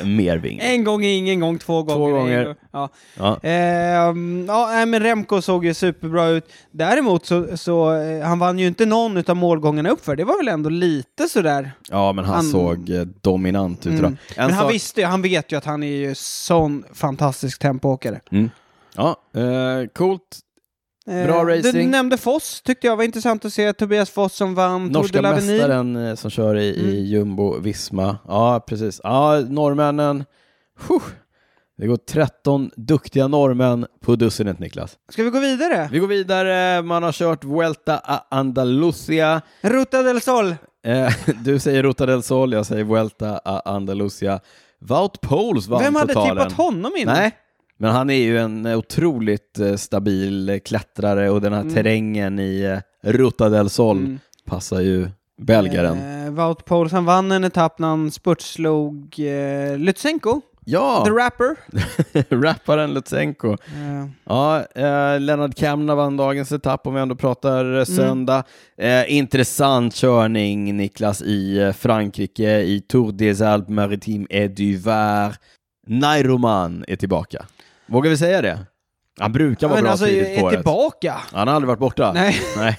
Speaker 2: eh, mer vinglig.
Speaker 1: En gång ingen gång, två gånger.
Speaker 2: gånger.
Speaker 1: En gång. Ja.
Speaker 2: Ja.
Speaker 1: Ehm, ja, nej, men Remco såg ju superbra ut. Däremot så, så eh, han vann ju inte någon av målgångarna uppför. Det var väl ändå lite sådär.
Speaker 2: ja, men han,
Speaker 1: Han-
Speaker 2: såg eh, dominant ut idag.
Speaker 1: Mm. Men
Speaker 2: En
Speaker 1: han
Speaker 2: sak-
Speaker 1: visste ju, han vet ju att han är ju sån fantastisk tempoåkare.
Speaker 2: Ja, eh, coolt.
Speaker 1: Eh,
Speaker 2: Bra
Speaker 1: Du
Speaker 2: racing.
Speaker 1: nämnde Foss, tyckte jag var intressant att se. Tobias Foss som vann Tour de
Speaker 2: Norska
Speaker 1: l'Avenir.
Speaker 2: mästaren eh, som kör i,
Speaker 1: Mm.
Speaker 2: i Jumbo Visma. Ja, precis. Ja, norrmännen. Puh. Det går 13 duktiga norrmän på dussinet, Niklas.
Speaker 1: Ska vi gå vidare?
Speaker 2: Vi går vidare. Man har kört Vuelta a Andalusia.
Speaker 1: Ruta del Sol.
Speaker 2: Eh, du säger Ruta del Sol, jag säger Vuelta a Andalusia. Wout Poels vann
Speaker 1: Vem hade
Speaker 2: totalen.
Speaker 1: tippat honom innan?
Speaker 2: Nej, men han är ju en eh, otroligt eh, stabil eh, klättrare och den här terrängen i eh, Ruta del Sol
Speaker 1: Mm.
Speaker 2: passar ju belgaren.
Speaker 1: Eh, Wout Poels, han vann en etapp när han spurtslog eh, Lutsenko,
Speaker 2: Ja,
Speaker 1: the rapper.
Speaker 2: rapparen Lutsenko.
Speaker 1: Eh,
Speaker 2: Ja, eh, Lennart Kamna vann dagens etapp om vi ändå
Speaker 1: Mm.
Speaker 2: pratar eh, söndag. Eh, intressant körning Niklas i eh, Frankrike i Tour des Alpes Maritimes et du Var. Nairoman är tillbaka. Vågar vi säga det? Han brukar vara
Speaker 1: men
Speaker 2: bra
Speaker 1: alltså,
Speaker 2: tidigt på
Speaker 1: är
Speaker 2: året.
Speaker 1: tillbaka.
Speaker 2: Han har aldrig varit borta.
Speaker 1: Nej.
Speaker 2: Nej.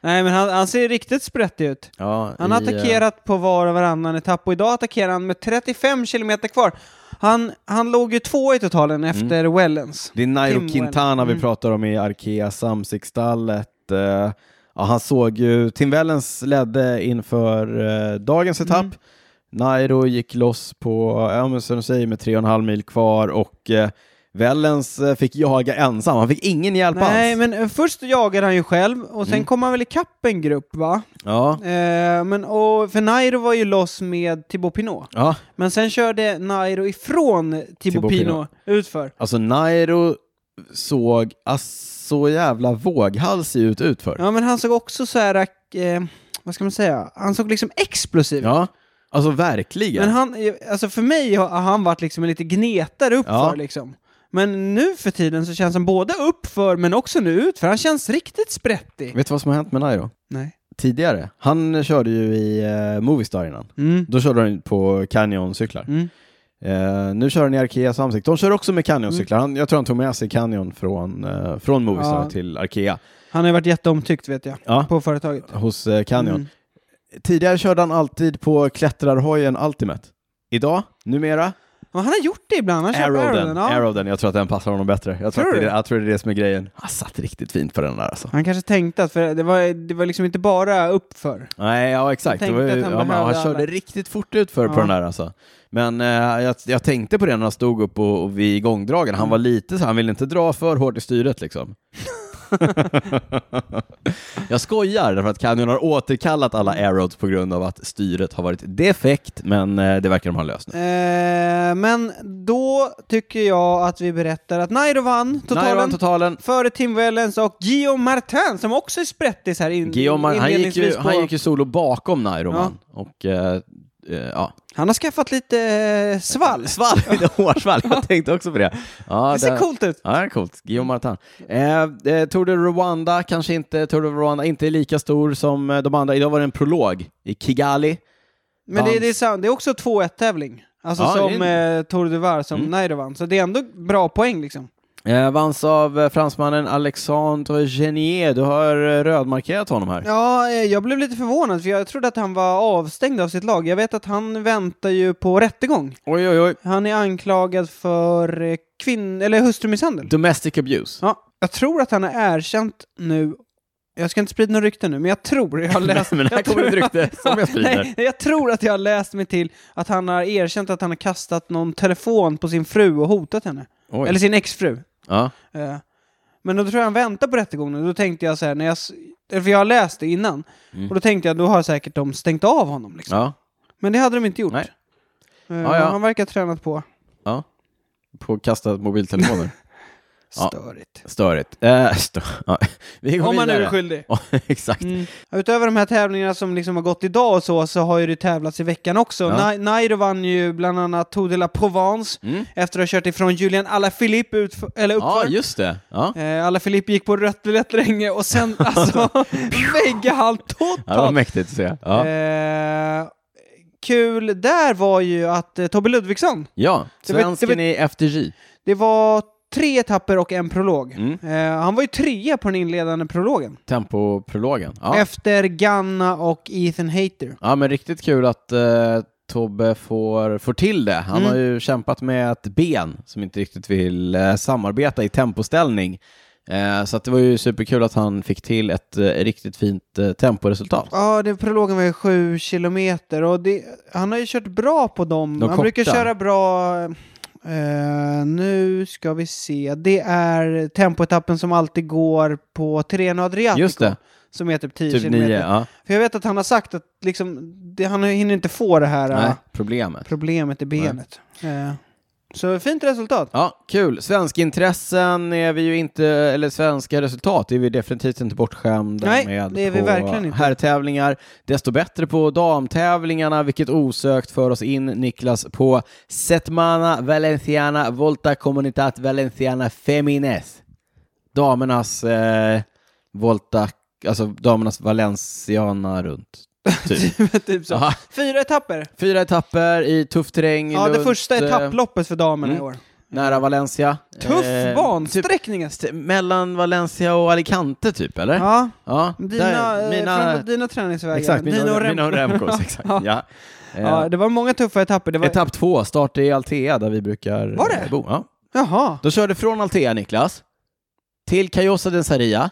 Speaker 1: Nej, men han, han ser riktigt sprättig ut.
Speaker 2: Ja,
Speaker 1: Han har
Speaker 2: i, eh,
Speaker 1: attackerat på var och varannan etapp och idag attackerar han med 35 kilometer kvar. Han, han låg ju två i totalen
Speaker 2: Mm.
Speaker 1: efter Wellens.
Speaker 2: Det är Nairo
Speaker 1: Tim
Speaker 2: Quintana vi
Speaker 1: Mm.
Speaker 2: pratar om i Arkea Samsikstallet. Eh, Ja, han såg ju, Tim Wellens ledde inför eh, dagens
Speaker 1: Mm.
Speaker 2: etapp. Nairo gick loss på, ja men som du säger, med tre och en halv mil kvar och eh, Wellens eh, fick jaga ensam, han fick ingen hjälp
Speaker 1: Nej,
Speaker 2: alls.
Speaker 1: men eh, först jagade han ju själv och
Speaker 2: Mm.
Speaker 1: sen kom han väl ikapp en grupp, va?
Speaker 2: Ja,
Speaker 1: Eh, men, och, för Nairo var ju loss med Thibaut Pinot.
Speaker 2: ja,
Speaker 1: Men sen körde Nairo ifrån Thibaut,
Speaker 2: Thibaut
Speaker 1: Pinot
Speaker 2: Pinot.
Speaker 1: utför.
Speaker 2: alltså Nairo såg ass, så jävla våghalsig ut utför.
Speaker 1: Ja, men han såg också så här, eh, vad ska man säga, han såg liksom explosiv
Speaker 2: Ja, alltså verkligen.
Speaker 1: Men han, alltså för mig har han varit liksom en lite gnetare uppför
Speaker 2: Ja.
Speaker 1: liksom. Men nu för tiden så känns han både uppför men också nu utför. Han känns riktigt sprättig.
Speaker 2: Vet du vad som har hänt med Nairo?
Speaker 1: Nej.
Speaker 2: tidigare. Han eh, körde ju i eh, Movistar innan.
Speaker 1: Mm.
Speaker 2: Då körde han på Canyon-cyklar.
Speaker 1: Mm.
Speaker 2: Eh, nu kör han i Arkea Samsikt. De kör också med Canyon-cyklar. Han, jag tror han tog med sig Canyon från, eh, från Movistar
Speaker 1: Ja.
Speaker 2: till Arkea.
Speaker 1: Han har ju varit jätteomtyckt vet jag,
Speaker 2: Ja.
Speaker 1: på företaget.
Speaker 2: Hos eh, Canyon.
Speaker 1: Mm.
Speaker 2: Tidigare körde han alltid på klättrarhojen Ultimate. Idag, numera,
Speaker 1: Men han har gjort det ibland. Han kör på
Speaker 2: Arrowden.
Speaker 1: Arrowden. Ja.
Speaker 2: Arrowden. Jag tror att den passar honom bättre. Jag tror,
Speaker 1: Tror
Speaker 2: att det,
Speaker 1: du?
Speaker 2: är- jag tror det är det som är grejen. Han satt riktigt fint på den där alltså.
Speaker 1: Han kanske tänkte att, för det var, det var liksom inte bara uppför.
Speaker 2: Nej, ja exakt.
Speaker 1: Jag
Speaker 2: Det var ju,
Speaker 1: tänkte att
Speaker 2: han,
Speaker 1: han
Speaker 2: ja, men han
Speaker 1: behövde
Speaker 2: körde
Speaker 1: alla.
Speaker 2: riktigt fort ut för på
Speaker 1: Ja.
Speaker 2: den där alltså. Men eh, jag, jag tänkte på det när han stod upp och, och vid gångdragen. Han var
Speaker 1: Mm.
Speaker 2: lite så han ville inte dra för hårt i styret liksom. jag skojar därför att Canyon har återkallat alla
Speaker 1: Mm.
Speaker 2: aeroads på grund av att styret har varit defekt, men eh, det verkar de ha löst nu.
Speaker 1: Eh, men då tycker jag att vi berättar att Nairo vann totalen.
Speaker 2: Nairo vann totalen.
Speaker 1: Före Tim Wellens och Guillaume Martin som också är sprättis här in,
Speaker 2: Guillaume, han, gick ju,
Speaker 1: inledningsvis Mm, på-
Speaker 2: han gick ju solo bakom Nairo
Speaker 1: Ja.
Speaker 2: man. och eh, eh, ja.
Speaker 1: Han har skaffat lite eh, svall.
Speaker 2: Svall, lite hårsvall. Jag tänkte också på det. Ja,
Speaker 1: Det ser
Speaker 2: där-
Speaker 1: coolt ut.
Speaker 2: Ja, det är coolt. Guillaume Martin. Eh, eh, Tour de Rwanda kanske inte, Tour de Rwanda inte är lika stor som eh, de andra. Idag var det en prolog i Kigali.
Speaker 1: Men det,
Speaker 2: Dans.
Speaker 1: det, är, sam- det är också 2-1-tävling. Alltså
Speaker 2: Ja,
Speaker 1: som
Speaker 2: det
Speaker 1: eh, Tour du Var som
Speaker 2: Mm.
Speaker 1: Nairo vann. Så det är ändå bra poäng liksom.
Speaker 2: Eh, vanns av eh, fransmannen Alexandre Genier. Du har eh, rödmarkerat honom här.
Speaker 1: Ja, eh, jag blev lite förvånad för jag trodde att han var avstängd av sitt lag. Jag vet att han väntar ju på rättegång.
Speaker 2: Oj, oj, oj.
Speaker 1: Han är anklagad för eh, kvinn... eller hustrumisshandel.
Speaker 2: Domestic abuse.
Speaker 1: Ja, jag tror att han har erkänt nu. Jag ska inte sprida några rykten nu, men jag tror jag har läst...
Speaker 2: Men här
Speaker 1: jag
Speaker 2: kommer
Speaker 1: tror-
Speaker 2: ett rykte som jag sprider.
Speaker 1: Nej, jag tror att jag har läst mig till att han har erkänt att han har kastat någon telefon på sin fru och hotat henne.
Speaker 2: Oj.
Speaker 1: Eller sin exfru.
Speaker 2: Ja.
Speaker 1: Eh, Men då tror jag han väntar på rättegången. Då tänkte jag så här, när jag, s- eh, för jag har läst det innan.
Speaker 2: Mm.
Speaker 1: Och då tänkte jag, då har säkert de stängt av honom. Liksom.
Speaker 2: ja.
Speaker 1: Men det hade de inte gjort.
Speaker 2: Nej.
Speaker 1: Eh,
Speaker 2: Ja, ja.
Speaker 1: Han verkar ha tränat på.
Speaker 2: På kastat mobiltelefoner. Ja.
Speaker 1: Störigt.
Speaker 2: Störigt. Eh, stö ja. Vi går
Speaker 1: Om man nu
Speaker 2: vidare.
Speaker 1: är skyldig.
Speaker 2: Ja, Exakt.
Speaker 1: Mm. Utöver de här tävlingarna som liksom har gått idag och så, så har ju det tävlats i veckan också.
Speaker 2: Ja.
Speaker 1: Na- Nairo vann ju bland annat Tour de la Provence
Speaker 2: Mm.
Speaker 1: efter att ha kört ifrån Julian Alaphilippe utför, eller
Speaker 2: Ja,
Speaker 1: uppför.
Speaker 2: just det. Ja.
Speaker 1: Eh, Alaphilippe gick på rött rätt länge och sen alltså väggade han
Speaker 2: Ja, det var
Speaker 1: totalt.
Speaker 2: mäktigt att se. Ja.
Speaker 1: Eh, kul där var ju att eh, Tobbe Ludvigsson,
Speaker 2: ja.
Speaker 1: det var-
Speaker 2: Svensken
Speaker 1: det var-
Speaker 2: i FDJ.
Speaker 1: det var tre etapper och en prolog.
Speaker 2: Mm.
Speaker 1: Eh, han var ju trea på den inledande prologen.
Speaker 2: Tempoprologen. Ja.
Speaker 1: Efter Ganna och Ethan Hayter.
Speaker 2: ja, men riktigt kul att eh, Tobbe får, får till det. Han
Speaker 1: Mm.
Speaker 2: har ju kämpat med ett ben som inte riktigt vill eh, samarbeta i tempoställning. Eh, så att det var ju superkul att han fick till ett eh, riktigt fint eh, temporesultat.
Speaker 1: Ja, det, prologen var ju sju kilometer och det, han har ju kört bra på dem.
Speaker 2: De
Speaker 1: han brukar
Speaker 2: korta.
Speaker 1: köra bra... eh, nu ska vi se. Det är tempoetappen som alltid går på Tirreno Adriatico.
Speaker 2: Just det,
Speaker 1: Som är typ 10
Speaker 2: typ
Speaker 1: kilometer.
Speaker 2: nio. Ja.
Speaker 1: För jag vet att han har sagt att liksom, det, han hinner inte få det här... eh,
Speaker 2: Nej, problemet.
Speaker 1: problemet i benet. Eh, så fint resultat.
Speaker 2: Ja, kul. Svenskintressen är vi ju inte, eller svenska resultat är vi definitivt inte bortskämda
Speaker 1: Nej,
Speaker 2: med
Speaker 1: det är vi
Speaker 2: på
Speaker 1: verkligen inte.
Speaker 2: herrtävlingar. Desto bättre på damtävlingarna, vilket osökt för oss in, Niklas, på Setmana Valenciana Volta Comunitat Valenciana Femines. Damernas eh, Volta, alltså damernas Valenciana runt. Typ.
Speaker 1: typ så.
Speaker 2: Aha.
Speaker 1: Fyra etapper.
Speaker 2: Fyra etapper i tuff terräng.
Speaker 1: Ja, det
Speaker 2: runt,
Speaker 1: första
Speaker 2: eh,
Speaker 1: etapploppet för damerna
Speaker 2: mm.
Speaker 1: i år.
Speaker 2: Nära Valencia.
Speaker 1: Tuff
Speaker 2: Eh, typ
Speaker 1: bansträckning. alltså.
Speaker 2: St- mellan Valencia och Alicante typ, eller?
Speaker 1: Ja,
Speaker 2: Ja,
Speaker 1: dina,
Speaker 2: där,
Speaker 1: eh,
Speaker 2: mina,
Speaker 1: framför dina träningsvägar.
Speaker 2: exakt, mina,
Speaker 1: Dino
Speaker 2: mina,
Speaker 1: Rem-
Speaker 2: och Remcos, exakt.
Speaker 1: Ja.
Speaker 2: ja.
Speaker 1: Ja,
Speaker 2: Eh,
Speaker 1: det var många tuffa etapper. Det var...
Speaker 2: Etapp två, start i Altea där vi brukar
Speaker 1: Var det?
Speaker 2: eh, bo. Ja.
Speaker 1: Jaha.
Speaker 2: Då körde från Altea, Niklas, till Cayosa de Saria,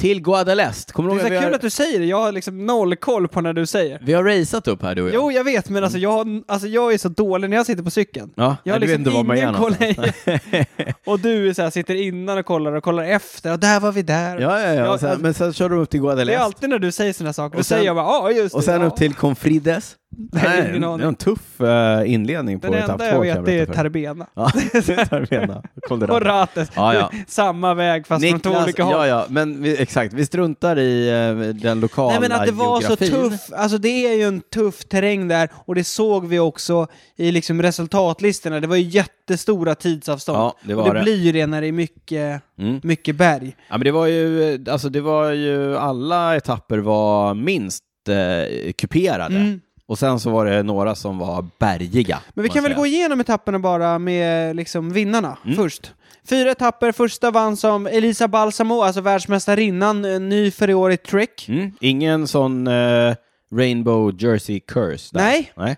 Speaker 2: till Guadalest. Kommer
Speaker 1: Det
Speaker 2: du
Speaker 1: är
Speaker 2: ihåg
Speaker 1: så
Speaker 2: att vi
Speaker 1: kul
Speaker 2: har,
Speaker 1: att du säger det. Jag har liksom noll koll på när du säger.
Speaker 2: vi har raceat upp här du och jag?
Speaker 1: Jo, jag vet, men alltså jag, har- alltså jag är så dålig när jag sitter på cykeln.
Speaker 2: Ja,
Speaker 1: Jag har
Speaker 2: nej, du vet
Speaker 1: liksom
Speaker 2: inte vad man gör
Speaker 1: ingen koll.
Speaker 2: någonstans.
Speaker 1: och du är så här, sitter innan och kollar och kollar efter. Och där var vi där.
Speaker 2: Ja, ja, ja.
Speaker 1: Ja,
Speaker 2: Och sen,
Speaker 1: alltså-
Speaker 2: men sen körde de upp
Speaker 1: Det är
Speaker 2: till Guadalest.
Speaker 1: alltid när du säger sådana saker, då
Speaker 2: Och sen-
Speaker 1: säger jag bara ja just det.
Speaker 2: Och sen
Speaker 1: ja.
Speaker 2: upp till Confrides.
Speaker 1: Nej,
Speaker 2: Nej,
Speaker 1: ingen
Speaker 2: det
Speaker 1: aning.
Speaker 2: var en tuff eh, inledning på
Speaker 1: Den
Speaker 2: etapp två.
Speaker 1: enda jag
Speaker 2: kan
Speaker 1: vet det är
Speaker 2: berätta för dig.
Speaker 1: Tarbena.
Speaker 2: Ja, det är Tarvena. Kolderada.
Speaker 1: Och Rates.
Speaker 2: Ja, ja.
Speaker 1: Samma väg fast från två
Speaker 2: Niklas,
Speaker 1: olika håll.
Speaker 2: ja, ja, men vi, exakt, vi struntar i eh, den lokala
Speaker 1: Nej men att det var så
Speaker 2: geografin.
Speaker 1: tuff, alltså det är ju en tuff terräng där och det såg vi också i liksom resultatlistorna. Det var ju jättestora tidsavstånd.
Speaker 2: Ja, det var
Speaker 1: och det,
Speaker 2: det.
Speaker 1: blir ju det när det är mycket,
Speaker 2: Mm.
Speaker 1: mycket berg.
Speaker 2: Ja, men det var ju, eh, alltså det var ju, alla etapper var minst eh, kuperade.
Speaker 1: Mm.
Speaker 2: Och sen så var det några som var bergiga.
Speaker 1: Men vi
Speaker 2: får
Speaker 1: kan
Speaker 2: man
Speaker 1: väl
Speaker 2: säga.
Speaker 1: gå igenom etapperna bara med liksom vinnarna
Speaker 2: Mm.
Speaker 1: först. Fyra etapper, första vann som Elisa Balsamo, alltså världsmästarinnan, eh, ny för i år i Trek.
Speaker 2: Mm. Ingen sån eh, Rainbow Jersey Curse där.
Speaker 1: Nej.
Speaker 2: Nej.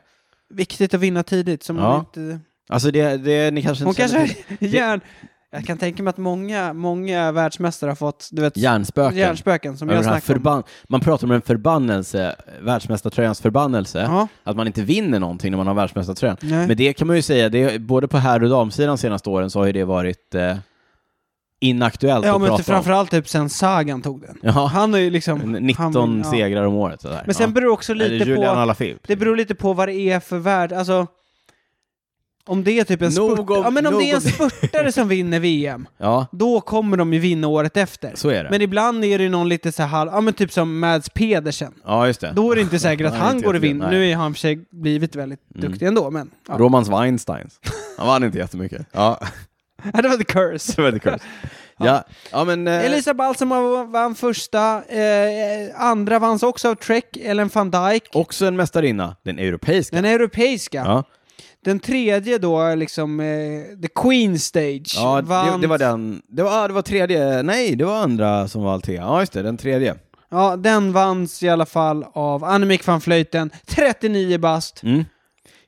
Speaker 1: Viktigt att vinna tidigt. Som
Speaker 2: Ja.
Speaker 1: man inte...
Speaker 2: Alltså det, det ni kanske
Speaker 1: Hon
Speaker 2: inte
Speaker 1: kanske
Speaker 2: känner till.
Speaker 1: har järn... Jag kan tänka mig att många, många världsmästare har fått, du vet,
Speaker 2: Hjärnspöken.
Speaker 1: hjärnspöken som
Speaker 2: Över
Speaker 1: jag
Speaker 2: den här
Speaker 1: snackade om.
Speaker 2: förban- Man pratar om en förbannelse, världsmästartröjans förbannelse.
Speaker 1: Ja.
Speaker 2: Att man inte vinner någonting när man har världsmästartröjan.
Speaker 1: Nej.
Speaker 2: Men det kan man ju säga, det, är- både på herr och damsidan senaste åren så har ju det varit eh, inaktuellt
Speaker 1: Ja,
Speaker 2: att
Speaker 1: men
Speaker 2: prata
Speaker 1: framförallt typ sen Sagan tog den.
Speaker 2: om. Ja,
Speaker 1: Han är ju liksom...
Speaker 2: 19
Speaker 1: han, ja.
Speaker 2: segrar om året. Sådär.
Speaker 1: Men sen
Speaker 2: ja.
Speaker 1: beror också
Speaker 2: Eller
Speaker 1: lite
Speaker 2: Julian
Speaker 1: på...
Speaker 2: Alaphilippe.
Speaker 1: Det beror lite på vad det är för värld, alltså... Om det är typ en,
Speaker 2: Nog
Speaker 1: spurt...
Speaker 2: om-
Speaker 1: ja, men om
Speaker 2: nog
Speaker 1: det är en
Speaker 2: om-
Speaker 1: spurtare som vinner VM,
Speaker 2: Ja,
Speaker 1: då kommer de ju vinna året efter.
Speaker 2: Så är det.
Speaker 1: Men ibland är det någon lite så här, halv- ja men typ som Mads Pedersen.
Speaker 2: ja just det.
Speaker 1: Då är det inte säkert att
Speaker 2: Nej,
Speaker 1: han
Speaker 2: inte
Speaker 1: går och
Speaker 2: jättekul,
Speaker 1: vinner.
Speaker 2: nej. Mm.
Speaker 1: Nu har han i och för sig blivit väldigt duktig ändå, men... Ja.
Speaker 2: Romans Weinsteins. Han vann inte jättemycket. Ja,
Speaker 1: det var the curse.
Speaker 2: det var lite kurs. Ja, ja men... eh,
Speaker 1: Elisa Balsamova vann första, eh, andra vanns också av Trek, Ellen van Dijk.
Speaker 2: Också en mästarinna, den europeiska.
Speaker 1: Den europeiska.
Speaker 2: Ja,
Speaker 1: Den tredje då, liksom, eh, the Queen Stage.
Speaker 2: ja det, det var den. Det var, ah, det var tredje, nej det var andra som var alltid. Ja just det, den tredje.
Speaker 1: Ja, den vanns i alla fall av Annemiek van Vleuten, 39 bast.
Speaker 2: Mm.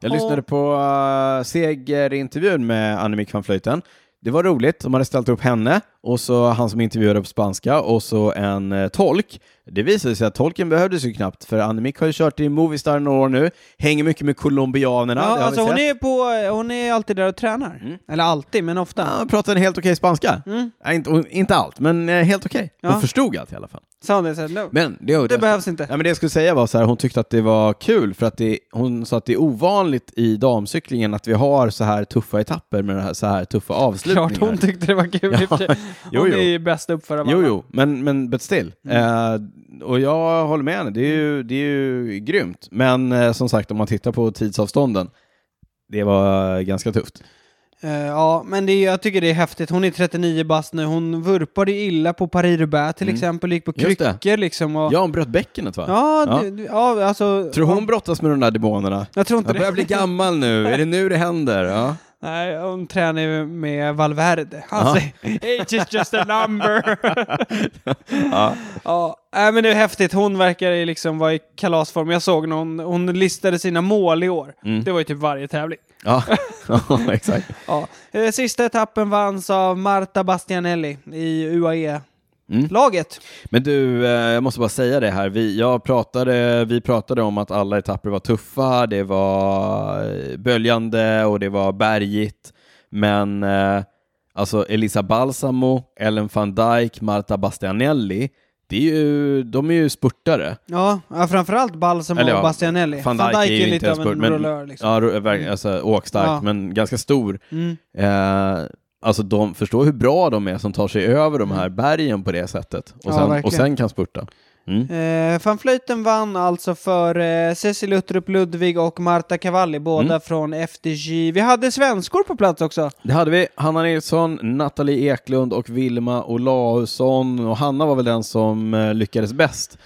Speaker 2: Jag
Speaker 1: Och-
Speaker 2: lyssnade på uh, segerintervjun med Annemiek van Vleuten. Det var roligt, de hade ställt upp henne och så han som intervjuade på spanska och så en eh, tolk. Det visade sig att tolken behövdes ju knappt för Annemiek har ju kört i Movistar några år nu, hänger mycket med colombianerna.
Speaker 1: Ja,
Speaker 2: det har vi
Speaker 1: alltså hon
Speaker 2: sett. Mm.
Speaker 1: är, på, hon är alltid där och tränar. Eller alltid, men ofta.
Speaker 2: Ja, hon pratar en helt okej spanska. Nej, inte, hon- inte allt, men eh, helt okej.
Speaker 1: Mm. Ja.
Speaker 2: Hon förstod allt i alla fall.
Speaker 1: Sa hon det så här, no.
Speaker 2: Men det,
Speaker 1: Det behövs inte.
Speaker 2: Ja, men det jag skulle säga var så här, hon tyckte att det var kul för att det, hon sa att det är ovanligt i damcyklingen att vi har så här tuffa etapper med det här, så här tuffa avslutningar.
Speaker 1: Klart hon tyckte det var kul i och för sig.
Speaker 2: jo,
Speaker 1: Hon
Speaker 2: jo.
Speaker 1: är ju bäst uppför av
Speaker 2: Jo,
Speaker 1: alla.
Speaker 2: jo, men, men but still.
Speaker 1: Mm.
Speaker 2: Eh, och jag håller med henne, det är ju, det är ju grymt. Men eh, som sagt, om man tittar på tidsavstånden, det var ganska tufft.
Speaker 1: Eh, ja, men det, är- jag tycker det är häftigt. Hon är 39 bast nu. Hon vurpade ju illa på Paris-Roubaix till exempel, gick på
Speaker 2: Mm. Just det.
Speaker 1: kryckor liksom. Och,
Speaker 2: Ja, hon bröt bäckenet va?
Speaker 1: ja, ja. Du, ja, alltså...
Speaker 2: Tror hon brottas med de där demonerna?
Speaker 1: Jag tror inte
Speaker 2: Jag börjar
Speaker 1: det.
Speaker 2: bli gammal nu, är det nu det händer? Ja.
Speaker 1: Nej, hon tränar ju med Valverde. Han
Speaker 2: Ja.
Speaker 1: säger age is just a number. ja. Nej, men det är häftigt. Hon verkar ju liksom vara i kalasform. Jag såg någon, hon listade sina mål i år.
Speaker 2: Mm.
Speaker 1: Det var ju typ varje tävling.
Speaker 2: Ja, ja exakt.
Speaker 1: Ja. Eh, Sista etappen vanns av Marta Bastianelli i
Speaker 2: Mm.
Speaker 1: UAE-laget.
Speaker 2: Men du, eh, jag måste bara säga det här. Vi, jag pratade, vi pratade om att alla etapper var tuffa, det var eh, böljande och det var bergigt. Men eh, alltså Elisa Balsamo, Ellen van Dijk, Marta Bastianelli, det är ju, de är ju spurtare.
Speaker 1: Ja, ja framförallt Balsamo
Speaker 2: Eller
Speaker 1: och
Speaker 2: ja,
Speaker 1: Bastianelli.
Speaker 2: Van Dijk är ju inte
Speaker 1: lite
Speaker 2: ens
Speaker 1: av en
Speaker 2: spurt, men-
Speaker 1: rullör liksom.
Speaker 2: Ja, ro- verkligen, alltså, åkstark,
Speaker 1: Ja.
Speaker 2: men ganska stor.
Speaker 1: Mm.
Speaker 2: Eh, alltså de, förstå hur bra de är som tar sig över de här bergen på det sättet och,
Speaker 1: Ja,
Speaker 2: sen,
Speaker 1: verkligen.
Speaker 2: och sen kan spurta. Mm.
Speaker 1: Eh, van Vleuten vann alltså för eh, Cecilie Uttrup Ludvig och Marta Cavalli, båda
Speaker 2: Mm.
Speaker 1: från FDJ. Vi hade svenskor på plats också.
Speaker 2: Det hade vi. Hanna Nilsson, Nathalie Eklund och Vilma Olausson. Och Hanna var väl den som eh, lyckades bäst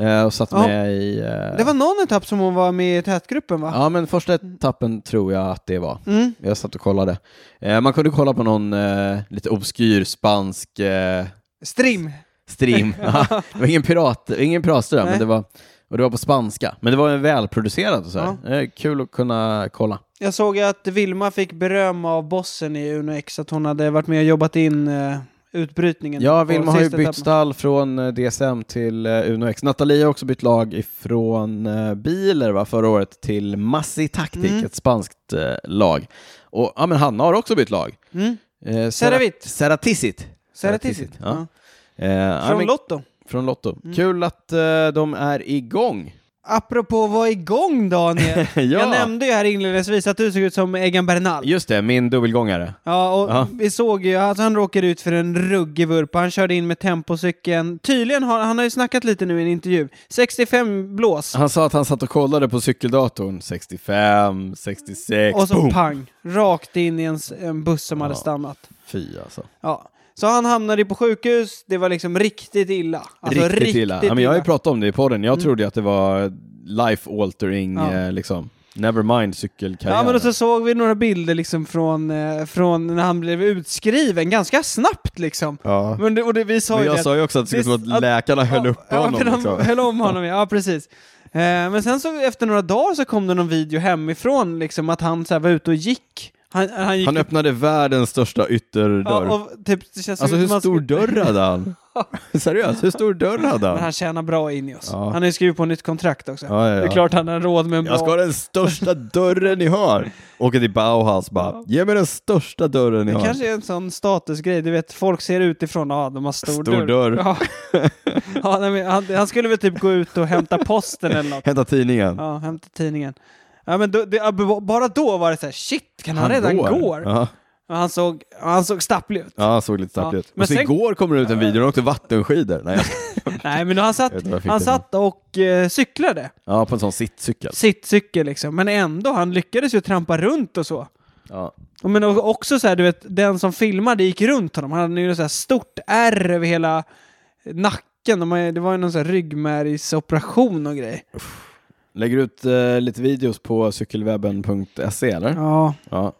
Speaker 2: eh, och satt
Speaker 1: Ja.
Speaker 2: med i... Eh,
Speaker 1: Det var någon etapp som hon var Mm. med i tätgruppen va?
Speaker 2: Ja, men första etappen tror jag att det var.
Speaker 1: Mm.
Speaker 2: Jag satt och kollade. Eh, man kunde kolla på någon eh, lite obskyr spansk eh,
Speaker 1: Strim.
Speaker 2: stream. Ja, det var ingen, pirat, ingen piratström,
Speaker 1: Nej.
Speaker 2: men det var, och det var på spanska. Men det var välproducerat och så här.
Speaker 1: Ja.
Speaker 2: Eh, kul att kunna kolla.
Speaker 1: Jag såg att Vilma fick beröm av bossen i Uno X att hon hade varit med och jobbat in eh, utbrytningen.
Speaker 2: Ja,
Speaker 1: på
Speaker 2: Wilma har ju
Speaker 1: sista
Speaker 2: bytt
Speaker 1: etappen.
Speaker 2: stall från eh, DSM till eh, Uno X. Nathalie har också bytt lag ifrån eh, Biler va, förra året till Massi Taktik,
Speaker 1: Mm.
Speaker 2: ett spanskt eh, lag. Och ja, men Hanna har också bytt lag.
Speaker 1: Mm.
Speaker 2: Eh,
Speaker 1: Ceravit.
Speaker 2: Seratisit.
Speaker 1: Seratisit.
Speaker 2: Ja.
Speaker 1: Ja.
Speaker 2: Eh, ja,
Speaker 1: Från
Speaker 2: men-
Speaker 1: Lotto. Mm.
Speaker 2: från Lotto. Kul att eh, de är igång.
Speaker 1: Apropå att vara igång Daniel.
Speaker 2: ja,
Speaker 1: Jag nämnde ju här inledningsvis att du såg ut som Egan Bernal.
Speaker 2: just det, min dubbelgångare.
Speaker 1: Ja, och
Speaker 2: Ja.
Speaker 1: vi såg ju att alltså han råkade ut för en ruggig vurpa. Han körde in med tempocykeln. Tydligen har han har ju snackat lite nu i en intervju. 65 blås
Speaker 2: Han sa att han satt och kollade på cykeldatorn 65, 66,
Speaker 1: och så
Speaker 2: boom!
Speaker 1: pang, rakt in i en, s- en buss som hade
Speaker 2: Ja.
Speaker 1: stannat.
Speaker 2: Fy alltså.
Speaker 1: Ja. Så han hamnade ju på sjukhus. Det var liksom riktigt illa. Alltså, Mm.
Speaker 2: riktigt, illa. Ja, men jag har ju pratat om det i podden. Jag trodde ju att det var life altering,
Speaker 1: Ja.
Speaker 2: eh, liksom. Never mind cykelkarriär.
Speaker 1: Ja men alltså, och så såg vi några bilder liksom från, eh, från när han blev utskriven ganska snabbt liksom.
Speaker 2: Ja.
Speaker 1: Men det, och det, vi sa
Speaker 2: Men
Speaker 1: ju
Speaker 2: jag
Speaker 1: det
Speaker 2: sa ju också att det skulle
Speaker 1: det-
Speaker 2: vara att läkarna höll
Speaker 1: Ja,
Speaker 2: upp
Speaker 1: ja,
Speaker 2: honom.
Speaker 1: för de
Speaker 2: liksom.
Speaker 1: höll om honom, ja precis. Eh, men sen så efter några dagar så kom det någon video hemifrån, liksom att han så här, var ute och gick. Han, han gick
Speaker 2: Han öppnade världens största ytterdörr.
Speaker 1: ja, och typ, det känns
Speaker 2: alltså
Speaker 1: som
Speaker 2: hur
Speaker 1: att man
Speaker 2: stor
Speaker 1: skulle-
Speaker 2: dörr hade han? Seriöst, hur stor dörr hade
Speaker 1: Men
Speaker 2: han?
Speaker 1: han tjänar bra in i oss.
Speaker 2: Ja.
Speaker 1: Han har ju skrivit på nytt kontrakt också.
Speaker 2: Ja, ja, ja.
Speaker 1: Det är klart han har råd med en bra...
Speaker 2: Jag ska ha den största dörren ni har. Åker till Bauhaus bara, ge mig den största dörren ni
Speaker 1: Det
Speaker 2: har.
Speaker 1: kanske är en sån statusgrej, du vet folk ser utifrån, ja de har stor,
Speaker 2: Stor dörr.
Speaker 1: Ja. ja, nej, men han, han skulle väl typ gå ut och hämta posten eller något.
Speaker 2: Hämta tidningen.
Speaker 1: Ja, hämta tidningen. Ja, men då, det, ja, b- bara då var det så här, shit, kan han, redan går?
Speaker 2: Ja,
Speaker 1: Och han såg, han såg stapplig ut.
Speaker 2: ja såg lite stapplig
Speaker 1: Ja.
Speaker 2: ut. Men
Speaker 1: Men
Speaker 2: sen,
Speaker 1: sen-
Speaker 2: igår kommer det ut en video, han åkte vattenskidor. Nej, jag-
Speaker 1: Nej, men han satt,
Speaker 2: Jag vet inte var jag fick
Speaker 1: han
Speaker 2: det
Speaker 1: satt och eh, cyklade.
Speaker 2: ja, på en sån sittcykel.
Speaker 1: Sitt cykel liksom. Men ändå, han lyckades ju trampa runt och så.
Speaker 2: Ja.
Speaker 1: Och Men o- också så här, du vet, den som filmade gick runt honom. Han hade ju något så här stort ärr över hela nacken. De har, det var ju någon så här ryggmärgsoperation och grej.
Speaker 2: Lägger ut eh, lite videos på cykelwebben.se eller?
Speaker 1: Ja,
Speaker 2: Ja.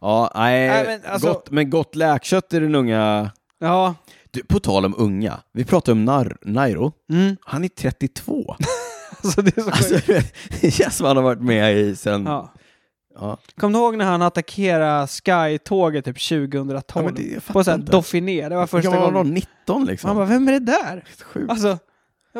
Speaker 2: Ja, nej,
Speaker 1: Nej, men
Speaker 2: men,
Speaker 1: alltså-
Speaker 2: gott, men gott läkkött i den unga...
Speaker 1: ja,
Speaker 2: Du, på tal om unga, vi pratade om Nar- Nairo,
Speaker 1: mm.
Speaker 2: han är 32.
Speaker 1: Alltså, det är så
Speaker 2: alltså,
Speaker 1: sjukt.
Speaker 2: det känns som han har varit med i sen... Ja.
Speaker 1: ja. Kom du ihåg när han attackerade Sky-tåget typ 2012?
Speaker 2: Ja, men det- jag fattar
Speaker 1: på så här
Speaker 2: inte.
Speaker 1: Dauphiné, det var första
Speaker 2: jag var
Speaker 1: gången.
Speaker 2: 19 liksom.
Speaker 1: Man bara, vem är det där?
Speaker 2: Sjukt.
Speaker 1: Alltså,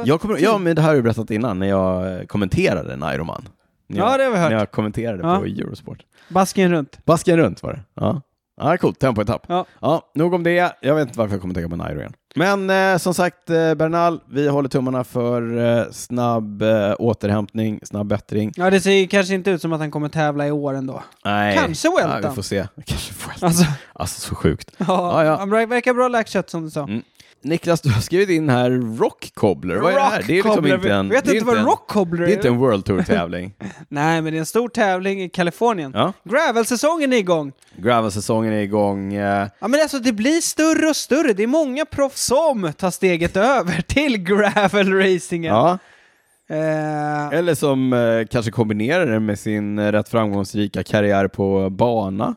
Speaker 2: Jag kommer, ja, men det här har jag berättat innan när jag eh, kommenterade Nairoman. När
Speaker 1: Ja,
Speaker 2: jag,
Speaker 1: det har vi hört.
Speaker 2: När jag kommenterade
Speaker 1: Ja.
Speaker 2: på Eurosport.
Speaker 1: basken runt.
Speaker 2: Basken runt var det. Ja, ja coolt. Tempoetapp. Ja.
Speaker 1: Ja.
Speaker 2: ja, nog om det. Jag vet inte varför jag kommer tänka på Nairo igen. Men eh, som sagt, eh, Bernal, vi håller tummarna för eh, snabb eh, återhämtning, snabb bättring.
Speaker 1: Ja, det ser ju kanske inte ut som att han kommer tävla i år ändå.
Speaker 2: Nej.
Speaker 1: Kanske Welton.
Speaker 2: Ja, vi får se. Kanske Welton.
Speaker 1: Alltså,
Speaker 2: Alltså så sjukt.
Speaker 1: ja,
Speaker 2: Ja, ja.
Speaker 1: han verkar- verkar bra läkkött som du sa.
Speaker 2: Mm. Niklas, du har skrivit in här Rock Cobbler. Vad är det här? Det är liksom
Speaker 1: Rockcobbler.
Speaker 2: inte en...
Speaker 1: Vet
Speaker 2: det är
Speaker 1: inte vad
Speaker 2: en-
Speaker 1: rock cobbler
Speaker 2: Det är inte en World Tour-tävling.
Speaker 1: Nej, men det är en stor tävling i Kalifornien.
Speaker 2: ja.
Speaker 1: Gravelsäsongen är igång.
Speaker 2: Gravel-säsongen är igång. eh,
Speaker 1: Ja, men alltså det blir större och större. Det är många proffs som tar steget över till gravelracingen.
Speaker 2: Ja.
Speaker 1: Eh,
Speaker 2: Eller som eh, kanske kombinerar det med sin eh, rätt framgångsrika karriär på bana.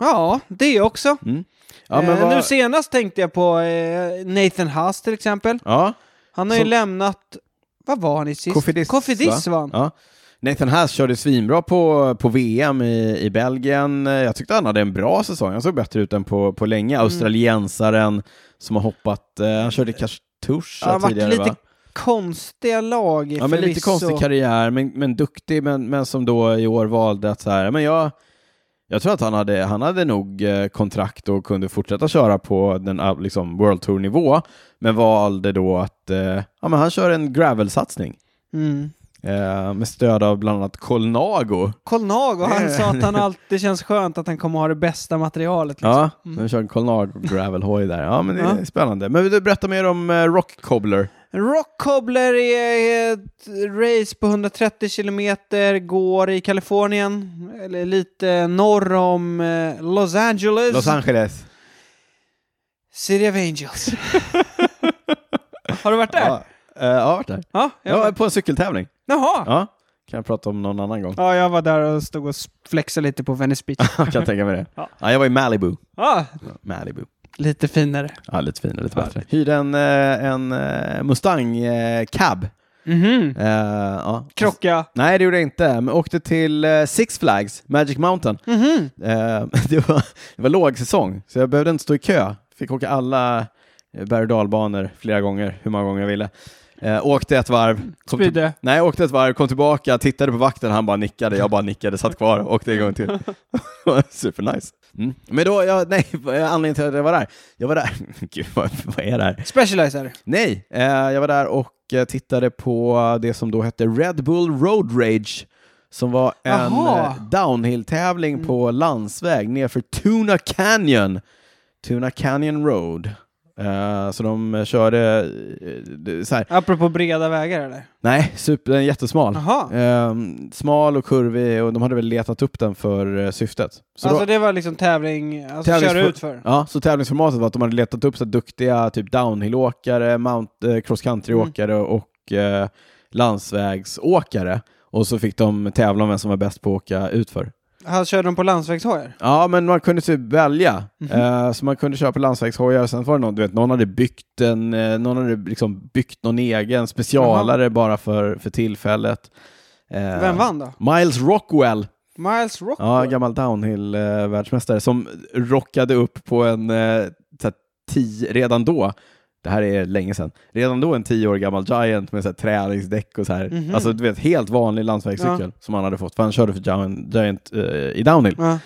Speaker 1: ja, det också.
Speaker 2: Mm. Ja, men
Speaker 1: eh,
Speaker 2: vad-
Speaker 1: Nu senast tänkte jag på eh, Nathan Haas till exempel.
Speaker 2: ja.
Speaker 1: Han har ju
Speaker 2: Som-
Speaker 1: lämnat... Vad var han i sist?
Speaker 2: Kofidis,
Speaker 1: Kofidis
Speaker 2: va?
Speaker 1: va? vann.
Speaker 2: Ja. Nathan Haas körde svinbra på, på VM i, i Belgien. Eh, Jag tyckte han hade en bra säsong. Han såg bättre ut än på, på länge.
Speaker 1: Mm.
Speaker 2: Australiensaren som har hoppat. eh, Han körde kanske
Speaker 1: Ja,
Speaker 2: Tusha
Speaker 1: han har
Speaker 2: tidigare
Speaker 1: varit lite
Speaker 2: va?
Speaker 1: konstiga lag
Speaker 2: Ja, men lite
Speaker 1: förvisso.
Speaker 2: konstig karriär, men, men duktig, men, men som då i år valde att så här, men jag, jag tror att han hade, han hade nog eh, kontrakt och kunde fortsätta köra på den eh, liksom, World Tour-nivå, men valde då att, eh, ja men han kör en gravel-satsning
Speaker 1: Mm.
Speaker 2: eh, med stöd av bland annat Colnago.
Speaker 1: Colnago, han
Speaker 2: Det-
Speaker 1: sa att han alltid känns skönt att han kommer ha det bästa materialet. Liksom.
Speaker 2: Ja, de kör en Colnago gravel-hoj där. Ja, men det är
Speaker 1: Ja.
Speaker 2: spännande. Men vill du berätta mer om eh, Rock Cobbler?
Speaker 1: Rock Cobbler är ett race på 130 kilometer, går i Kalifornien, eller lite norr om eh, Los Angeles.
Speaker 2: Los Angeles.
Speaker 1: City of Angels. har du varit där?
Speaker 2: Ja, eh, jag har varit där.
Speaker 1: Ja, jag
Speaker 2: Ja,
Speaker 1: var...
Speaker 2: på en cykeltävling.
Speaker 1: Jaha! Ja.
Speaker 2: Ja, kan jag prata om någon annan gång.
Speaker 1: jag var där och stod och flexade lite på Venice Beach.
Speaker 2: Jag kan tänka mig det. Ja.
Speaker 1: Ja.
Speaker 2: jag var i Malibu.
Speaker 1: ja,
Speaker 2: Malibu.
Speaker 1: Ah, lite finare.
Speaker 2: Ja, lite finare, lite bättre. Hyrde en, eh, en eh, Mustang eh, cab.
Speaker 1: Mhm.
Speaker 2: Eh, ja.
Speaker 1: Krocka.
Speaker 2: Nej, det gjorde jag inte. Men åkte till eh, Six Flags, Magic Mountain.
Speaker 1: Mhm.
Speaker 2: Eh, det, var, det var lågsäsong, så jag behövde inte stå i kö. Fick åka alla eh, berg och dalbanor flera gånger, hur många gånger jag ville. Eh, åkte ett varv. kom till-
Speaker 1: Spydde.
Speaker 2: Nej, jag åkte ett varv, kom tillbaka, tittade på vakten, han bara nickade, jag bara nickade, satt kvar, åkte igång till. Supernice. Mm. Men då, jag, nej, anledningen till att jag var där, jag var där, gud vad, vad är det här?
Speaker 1: Specializer.
Speaker 2: Nej, eh, jag var där och eh, tittade på det som då hette Red Bull Road Rage, som var en
Speaker 1: Jaha.
Speaker 2: eh, downhill-tävling på landsväg nerför Tuna Canyon, Tuna Canyon Road. Eh, så de eh, körde eh, det- så här,
Speaker 1: Apropå breda vägar
Speaker 2: Mm.
Speaker 1: eller?
Speaker 2: Nej, super, den är jättesmal.
Speaker 1: Jaha.
Speaker 2: Ehm, smal och kurvig och de hade väl letat upp den för eh, syftet. Så
Speaker 1: alltså
Speaker 2: då-
Speaker 1: det var liksom tävling, alltså
Speaker 2: Tävlingsfor-
Speaker 1: köra ut för.
Speaker 2: Ja, så tävlingsformatet var att de hade letat upp så här duktiga typ downhill-åkare, mount, eh, cross country-åkare
Speaker 1: Mm.
Speaker 2: och eh, landsvägsåkare. Och så fick de tävla om vem som var bäst på att åka utför.
Speaker 1: Han Alltså, körde dem på landsvägshojar.
Speaker 2: Ja, men man kunde typ välja.
Speaker 1: Mhm.
Speaker 2: Eh, så man kunde köpa landsvägshojar. Sen var det någon, du vet, någon hade byggt en, eh, någon hade liksom byggt någon egen specialare bara för, för tillfället. Eh,
Speaker 1: Vem vann då?
Speaker 2: Miles Rockwell,
Speaker 1: Miles Rock.
Speaker 2: ja, gammal downhill-världsmästare, som rockade upp på en, eh, så här, tio, redan då, det här är länge sedan, redan då en tio år gammal Giant med så här, träningsdäck och så här,
Speaker 1: Mhm.
Speaker 2: alltså du vet helt vanlig landsvägscykel som han hade fått, för han körde för Giant, giant eh, i downhill.
Speaker 1: Ja.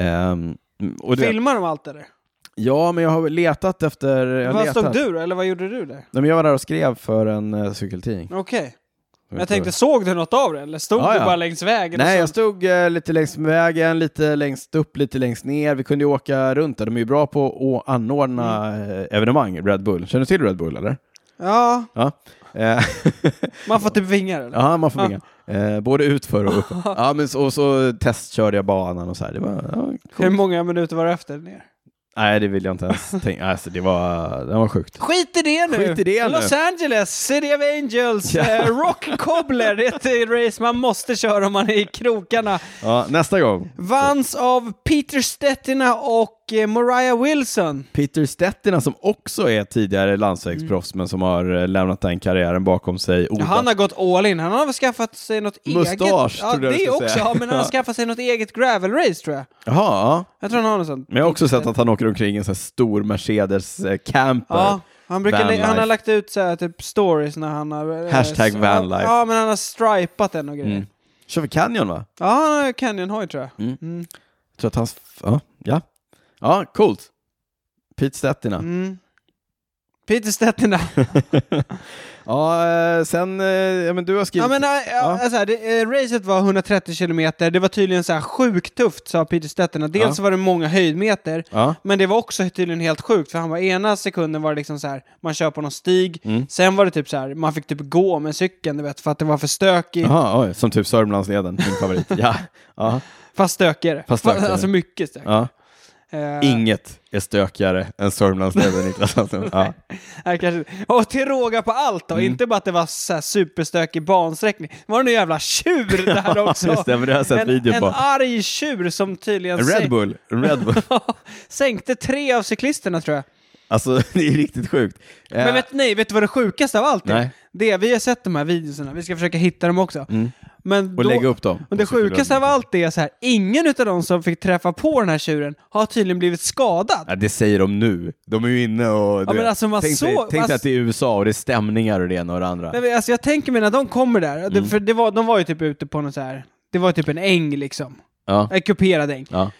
Speaker 2: Ehm, och du vet,
Speaker 1: Filmar de allt eller?
Speaker 2: ja, men jag har letat efter... Jag, har
Speaker 1: Vad
Speaker 2: letat.
Speaker 1: stod du då? Eller vad gjorde du där?
Speaker 2: Nej, men jag var där och skrev för en eh, cykeltidning.
Speaker 1: Okej. Men jag tänkte, såg du något av det eller stod
Speaker 2: Ja,
Speaker 1: du
Speaker 2: ja.
Speaker 1: bara längs vägen? och
Speaker 2: Nej,
Speaker 1: så-
Speaker 2: jag stod eh, lite längs med vägen, lite längst upp, lite längst ner. Vi kunde ju åka runt där. De är ju bra på att anordna
Speaker 1: Mm.
Speaker 2: eh, evenemang, Red Bull. Känner du till Red Bull, eller?
Speaker 1: Ja,
Speaker 2: Ja. Eh,
Speaker 1: man får typ vingar eller?
Speaker 2: Ja, man får vinga. Eh, både utför och uppför. ja, men så, och så testkörde jag banan och så här. Det var, ja,
Speaker 1: Hur
Speaker 2: coolt.
Speaker 1: många minuter var det efter ner?
Speaker 2: Nej, det vill jag inte ens tänka. Alltså, det, var, det var sjukt.
Speaker 1: Skit i det nu!
Speaker 2: Skit i det nu.
Speaker 1: Los Angeles, City of Angels,
Speaker 2: Ja.
Speaker 1: eh, Rock Cobbler, det är ett race man måste köra om man är i krokarna.
Speaker 2: Ja, nästa gång.
Speaker 1: Vanns av Peter Stettina och eh, Mariah Wilson.
Speaker 2: Peter Stettina som också är tidigare landsvägsproffs men som har eh, lämnat den karriären bakom sig. Odlat-
Speaker 1: Mm. Han har gått all in. Han har väl skaffat sig något
Speaker 2: Mustasch,
Speaker 1: eget... Ja,
Speaker 2: trodde jag du
Speaker 1: det
Speaker 2: skulle
Speaker 1: också.
Speaker 2: säga.
Speaker 1: Ja, men han har
Speaker 2: Ja.
Speaker 1: skaffat sig något eget gravelrace tror jag.
Speaker 2: Jaha, ja.
Speaker 1: Jag tror han har något sånt.
Speaker 2: Men jag har också sett att han åker omkring i en sån här stor Mercedes eh, camper.
Speaker 1: Ja, han, brukar,
Speaker 2: Vanlife.
Speaker 1: han har lagt ut så här, typ stories när han har... eh,
Speaker 2: Hashtag
Speaker 1: så-
Speaker 2: vanlife.
Speaker 1: Ja, men han har stripat den och grejer.
Speaker 2: Mm. Kör för Canyon va?
Speaker 1: Ja, han har ju Canyon-hoj tror jag.
Speaker 2: Mm.
Speaker 1: Mm.
Speaker 2: Jag tror att hans... f- Ja, ja. ja coolt. Pete Stettina.
Speaker 1: Mm. Peter Stettina.
Speaker 2: Ja, eh, sen... eh, Ja, men du har skrivit...
Speaker 1: Ja, men, äh,
Speaker 2: Ja.
Speaker 1: ja. Alltså, det, eh, racet var 130 kilometer, det var tydligen så här sjukt tufft sa Peter Stettina. Dels var det många höjdmeter,
Speaker 2: Ja.
Speaker 1: men det var också tydligen helt sjukt för han var ena sekunden var det liksom så här, man kör på någon stig,
Speaker 2: Mm.
Speaker 1: sen var det typ så här, man fick typ gå med cykeln du vet för att det var för stökigt,
Speaker 2: Jaha, oj, som typ Sörmlandsleden, min favorit. ja, ja,
Speaker 1: fast stökigare.
Speaker 2: Fast stökigare.
Speaker 1: Alltså mycket stökigt.
Speaker 2: ja.
Speaker 1: Eh,
Speaker 2: Inget är stökigare än Sörmlandsleden, Niklas Hallström. ja.
Speaker 1: här kanske, och till råga på allt
Speaker 2: Mm.
Speaker 1: då, inte bara att det var så här superstökig bansträckning, det var det någon jävla tjur där också.
Speaker 2: Just det, men det har jag sett
Speaker 1: en,
Speaker 2: video
Speaker 1: en
Speaker 2: på.
Speaker 1: arg tjur som tydligen
Speaker 2: En
Speaker 1: sä-
Speaker 2: Red Bull, en Red Bull.
Speaker 1: sänkte tre av cyklisterna tror jag.
Speaker 2: Alltså, det är riktigt sjukt. Eh,
Speaker 1: Men vet, nej, vet du vad det sjukaste av allt är?
Speaker 2: Nej.
Speaker 1: Det, vi har sett de här videorna, vi ska försöka hitta dem också.
Speaker 2: Mm.
Speaker 1: Men
Speaker 2: Och
Speaker 1: då,
Speaker 2: lägga upp dem.
Speaker 1: Men det
Speaker 2: Och så till
Speaker 1: sjukaste
Speaker 2: Red
Speaker 1: av
Speaker 2: Bull.
Speaker 1: allt är så här, ingen av de som fick träffa på den här tjuren har tydligen blivit skadad.
Speaker 2: Ja, det säger de nu. De är ju inne och... du
Speaker 1: men
Speaker 2: vet,
Speaker 1: alltså, man
Speaker 2: tänk dig,
Speaker 1: såg-
Speaker 2: tänk dig
Speaker 1: man-
Speaker 2: att det är USA och det är stämningar och det ena och det andra.
Speaker 1: Nej, men alltså, jag tänker mig när de kommer där,
Speaker 2: Mm.
Speaker 1: det, för det var, de var ju typ ute på något så här, det var ju typ en äng liksom.
Speaker 2: Ja.
Speaker 1: En kuperad äng.
Speaker 2: Ja.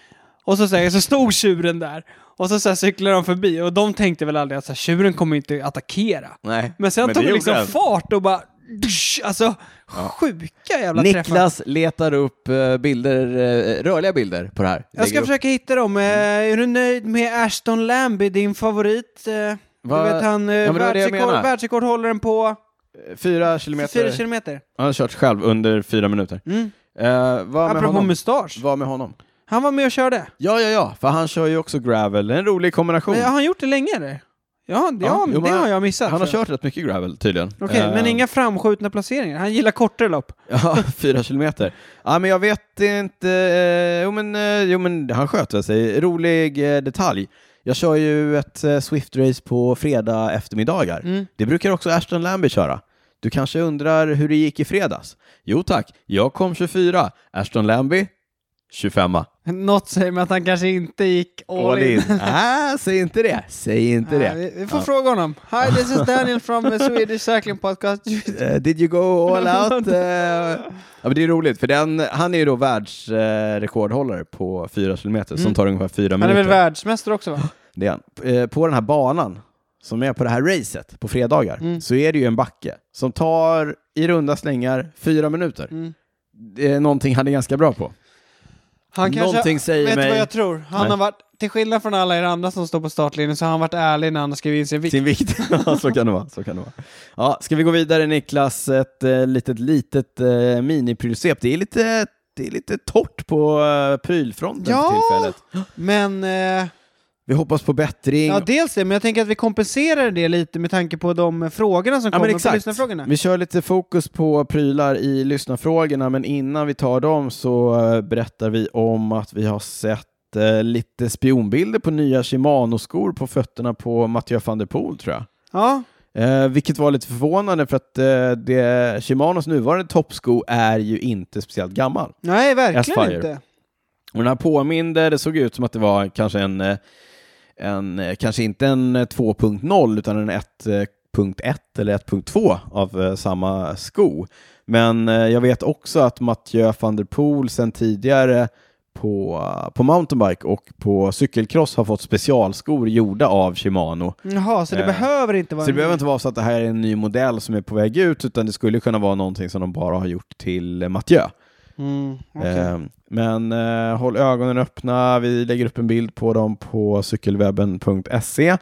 Speaker 1: Och så, så, här, så stod tjuren där, och så, så här, cyklade de förbi, och de tänkte väl aldrig att så här, tjuren kommer inte attackera.
Speaker 2: Nej.
Speaker 1: Men sen tog
Speaker 2: det
Speaker 1: det
Speaker 2: gjorde
Speaker 1: liksom
Speaker 2: den.
Speaker 1: fart och bara... Dusch, alltså, sjuka jävla träffar.
Speaker 2: Niklas letar upp eh, bilder, eh, rörliga bilder på det här.
Speaker 1: Jag ska
Speaker 2: Lägger upp.
Speaker 1: försöka hitta dem. Eh,
Speaker 2: Mm.
Speaker 1: Är du nöjd med Ashton Lambie, din favorit? Eh,
Speaker 2: Va-
Speaker 1: Du vet han, eh,
Speaker 2: Ja, men det var det jag
Speaker 1: världsrekord,
Speaker 2: menar.
Speaker 1: världsrekordhållaren på
Speaker 2: Fyra kilometer.
Speaker 1: 4 kilometer.
Speaker 2: Han har kört själv under fyra minuter.
Speaker 1: Mm.
Speaker 2: Eh, vad med
Speaker 1: Apropå
Speaker 2: honom?
Speaker 1: mustasch.
Speaker 2: Vad med honom?
Speaker 1: Han var med och körde.
Speaker 2: Ja, ja, ja, för han kör ju också gravel. En rolig kombination.
Speaker 1: Men Har han gjort det länge eller? Ja, det,
Speaker 2: Oh. Ja,
Speaker 1: ja,
Speaker 2: jo,
Speaker 1: det
Speaker 2: men
Speaker 1: har jag missat.
Speaker 2: han har
Speaker 1: tror jag.
Speaker 2: kört rätt mycket gravel tydligen.
Speaker 1: Okej,
Speaker 2: Eh,
Speaker 1: men inga framskjutna placeringar. Han gillar kortare lopp.
Speaker 2: Ja, fyra kilometer. Ja, men jag vet inte. eh, Jo, men, eh, jo, men han sköter sig. Rolig eh, detalj. Jag kör ju ett eh, Swift-race på fredag eftermiddagar.
Speaker 1: Mm.
Speaker 2: Det brukar också Ashton Lambie köra. Du kanske undrar hur det gick i fredags? Jo tack, jag kom 24. Ashton Lambie 25.
Speaker 1: Något säger mig att han kanske inte gick all,
Speaker 2: All in.
Speaker 1: in.
Speaker 2: ah, säg inte det. Säg inte
Speaker 1: Nej,
Speaker 2: det.
Speaker 1: Vi, vi får
Speaker 2: Ja.
Speaker 1: fråga honom. Hi, this is Daniel from the Swedish Cycling Podcast.
Speaker 2: Eh, did you go all out? Eh, ja, men det är roligt, för den, han är ju då världsrekordhållare på 4 kilometer som
Speaker 1: Mm.
Speaker 2: tar ungefär 4
Speaker 1: Han är
Speaker 2: minuter.
Speaker 1: väl världsmästare också va?
Speaker 2: det är han. Eh, på den här banan som är på det här racet på fredagar
Speaker 1: Mm.
Speaker 2: så är det ju en backe som tar i runda slängar 4 minuter.
Speaker 1: Mm.
Speaker 2: Det är någonting han är ganska bra på.
Speaker 1: Han
Speaker 2: Någonting säger
Speaker 1: vet du
Speaker 2: mig-
Speaker 1: vad jag tror? Han
Speaker 2: Nej.
Speaker 1: har varit, till skillnad från alla er andra som står på startlinjen, så har han varit ärlig när han har skrivit in sin vikt.
Speaker 2: Sin vikt. Ja, så kan det vara. Så kan det vara. Ja, ska vi gå vidare Niklas? Ett eh, litet, litet eh, minipryllsvep. Det är lite det är lite torrt på eh, prylfronten
Speaker 1: Ja.
Speaker 2: för tillfället.
Speaker 1: Men, eh,
Speaker 2: Vi hoppas på bättring.
Speaker 1: ja dels det, men jag tänker att vi kompenserar det lite med tanke på de eh, frågorna som
Speaker 2: Ja,
Speaker 1: kommer på lyssnarfrågorna.
Speaker 2: Vi kör lite fokus på prylar i lyssnarfrågorna, men innan vi tar dem så eh, berättar vi om att vi har sett eh, lite spionbilder på nya Shimano-skor på fötterna på Mathieu van der Poel, tror jag.
Speaker 1: Ja,
Speaker 2: Eh, vilket var lite förvånande för att eh, det, Shimanos nuvarande toppsko är ju inte speciellt gammal.
Speaker 1: nej verkligen
Speaker 2: Aspire.
Speaker 1: inte.
Speaker 2: Och den här påminde, det såg ut som att det var kanske en, eh, en eh, kanske inte en eh, 2.0 utan en 1.1 eller 1.2 av eh, samma sko. Men eh, jag vet också att Mathieu van der Poel sedan tidigare på, på mountainbike och på cykelcross har fått specialskor gjorda av Shimano.
Speaker 1: Jaha, så det
Speaker 2: Eh,
Speaker 1: behöver inte vara...
Speaker 2: Så det
Speaker 1: en-
Speaker 2: behöver inte vara så att det här är en ny modell som är på väg ut, utan det skulle kunna vara någonting som de bara har gjort till eh, Mathieu.
Speaker 1: Mm, okej.
Speaker 2: Eh, Men eh, håll ögonen öppna, vi lägger upp en bild på dem på cykelwebben.se.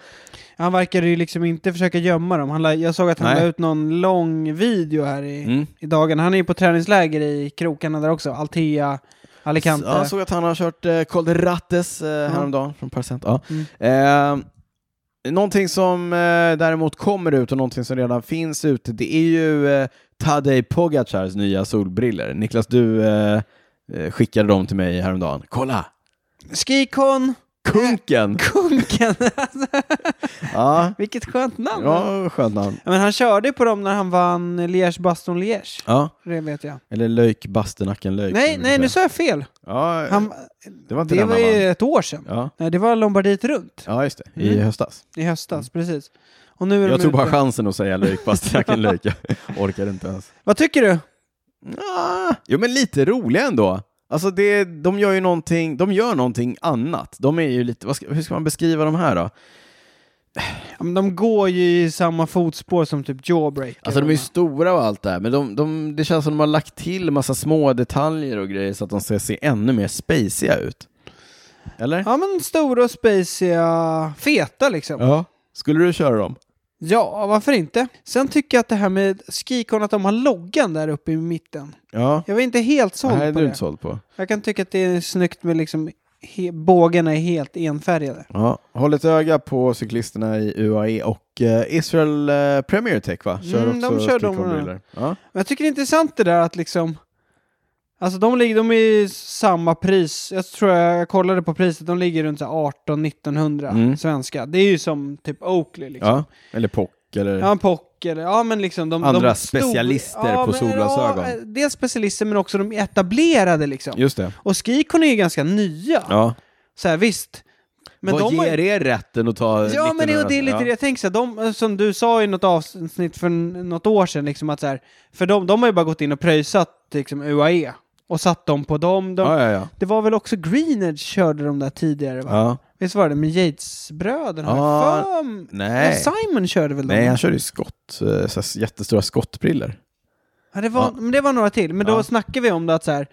Speaker 1: Han verkar ju liksom inte försöka gömma dem. Han la, jag såg att han
Speaker 2: Nej.
Speaker 1: la ut någon lång video här i,
Speaker 2: Mm.
Speaker 1: i dagen. Han är ju på träningsläger i krokarna där också. Altea, Alicante.
Speaker 2: Ja, Jag såg att han har kört eh, Col de Rattes eh, häromdagen från Percent. Ja. Eh, någonting som eh, däremot kommer ut och någonting som redan finns ute, det är ju eh, Tadej Pogacars nya solbriller. Niklas, du eh, eh, skickade dem till mig häromdagen. Kolla!
Speaker 1: Skikon!
Speaker 2: Kunken!
Speaker 1: Kunken!
Speaker 2: Ja,
Speaker 1: Vilket skönt namn!
Speaker 2: ja skönt namn.
Speaker 1: Ja, Men han körde ju på dem när han vann Liège Baston Liège.
Speaker 2: Ja.
Speaker 1: Det vet jag.
Speaker 2: Eller Löjk Bastenacken Löjk.
Speaker 1: Nej, nej, nu sa jag fel.
Speaker 2: ja,
Speaker 1: Han,
Speaker 2: Det var inte
Speaker 1: det
Speaker 2: den
Speaker 1: var
Speaker 2: Äh, han vann.
Speaker 1: ju ett år sedan.
Speaker 2: Ja.
Speaker 1: Nej, det var Lombardiet runt
Speaker 2: ja, just det. I
Speaker 1: Mm.
Speaker 2: höstas.
Speaker 1: i höstas, precis. Och nu är
Speaker 2: Jag
Speaker 1: de
Speaker 2: tog bara
Speaker 1: ute.
Speaker 2: chansen att säga Löjk Bastenacken Löjk. Jag orkade inte ens.
Speaker 1: Vad tycker du?
Speaker 2: Ah, jo, men lite roliga ändå. Alltså det, de gör ju någonting, de gör någonting annat. De är ju lite, vad ska, hur ska man beskriva de här då?
Speaker 1: Ja, men de går ju i samma fotspår som typ Jawbreaker.
Speaker 2: Alltså de är ju stora och allt det här, men de, de, det känns som de har lagt till massa små detaljer och grejer så att de ska se ännu mer spaciga ut. Eller?
Speaker 1: Ja men stora och spaciga, feta liksom. Ja.
Speaker 2: Skulle du köra dem?
Speaker 1: varför inte? Sen tycker jag att det här med Skikon, att de har loggan där uppe i mitten.
Speaker 2: Ja.
Speaker 1: Jag var inte helt såld
Speaker 2: Nej,
Speaker 1: på
Speaker 2: det är du
Speaker 1: det.
Speaker 2: inte såld på.
Speaker 1: Jag kan tycka att det är snyggt med liksom, he- bågarna är helt enfärgade.
Speaker 2: Ja. Håll ett öga på cyklisterna i UAE och eh, Israel eh, Premier Tech va? Kör
Speaker 1: Mm, de
Speaker 2: också
Speaker 1: kör de, liksom.
Speaker 2: Skikon-briller. Ja.
Speaker 1: Men jag tycker det är intressant det där att liksom... Alltså de, ligger, de är ju samma pris. Jag tror jag, jag kollade på priset. De ligger runt 18-1900
Speaker 2: Mm.
Speaker 1: svenska. Det är ju som typ Oakley liksom.
Speaker 2: ja. Eller POC eller?
Speaker 1: Ja, en pock eller, ja men liksom de,
Speaker 2: Andra
Speaker 1: de
Speaker 2: specialister på
Speaker 1: men-
Speaker 2: solglasögon.
Speaker 1: Ja, eh, dels specialister men också de etablerade liksom.
Speaker 2: Just det.
Speaker 1: Och Skikon är ju ganska nya.
Speaker 2: Ja.
Speaker 1: Så här, visst. Men
Speaker 2: Vad
Speaker 1: de har-
Speaker 2: ger er rätten att ta
Speaker 1: Ja men det,
Speaker 2: 1900?
Speaker 1: det är lite det jag tänker så här, de, som du sa i något avsnitt för n- något år sedan, liksom att så här, för de, de har ju bara gått in och pröjsat liksom UAE och satt dem på dem. De,
Speaker 2: Ja, ja, ja.
Speaker 1: Det var väl också Greenedge körde de där tidigare va?
Speaker 2: ja.
Speaker 1: Visst var det med Yates-bröderna?
Speaker 2: Ja,
Speaker 1: För m-
Speaker 2: nej.
Speaker 1: Ja, Simon körde väl
Speaker 2: Nej,
Speaker 1: dem?
Speaker 2: han körde ju skott, eh, så här jättestora skottbriller.
Speaker 1: Ja, det, var,
Speaker 2: Ja.
Speaker 1: Men det var några till, men då
Speaker 2: Ja.
Speaker 1: snackar vi om det att så här,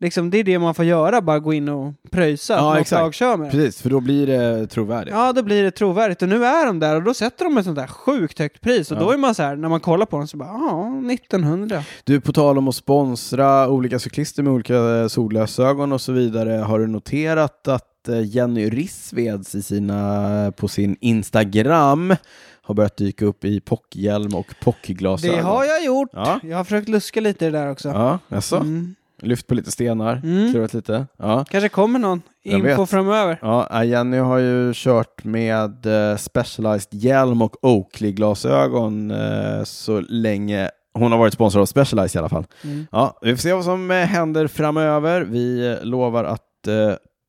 Speaker 1: liksom, det är det man får göra, bara gå in och pröjsa
Speaker 2: Ja,
Speaker 1: att något
Speaker 2: exakt.
Speaker 1: lag kör med det.
Speaker 2: Precis, för då blir det trovärdigt.
Speaker 1: Ja, då blir det trovärdigt. Och nu är de där och då sätter de ett sånt där sjukt högt pris. Och
Speaker 2: Ja.
Speaker 1: då är man så här, när man kollar på dem så bara, ja, 1900.
Speaker 2: Du, på tal om att sponsra olika cyklister med olika eh, solglasögon och så vidare, har du noterat att eh, Jenny Rissveds i sina, eh, på sin Instagram har börjat dyka upp i pockhjälm och pockglasögon?
Speaker 1: Det har jag gjort.
Speaker 2: Ja,
Speaker 1: Jag har försökt luska lite i det där också.
Speaker 2: ja jaså?
Speaker 1: Mm.
Speaker 2: Lyft på lite stenar,
Speaker 1: Mm.
Speaker 2: klurat lite. Ja.
Speaker 1: Kanske kommer någon
Speaker 2: Jag
Speaker 1: info
Speaker 2: vet.
Speaker 1: framöver.
Speaker 2: Ja, eh, Jenny har ju kört med eh, Specialized hjälm och Oakley-glasögon eh, så länge hon har varit sponsrad av Specialized i alla fall.
Speaker 1: Mm.
Speaker 2: Ja, vi får se vad som eh, händer framöver. Vi eh, lovar att eh,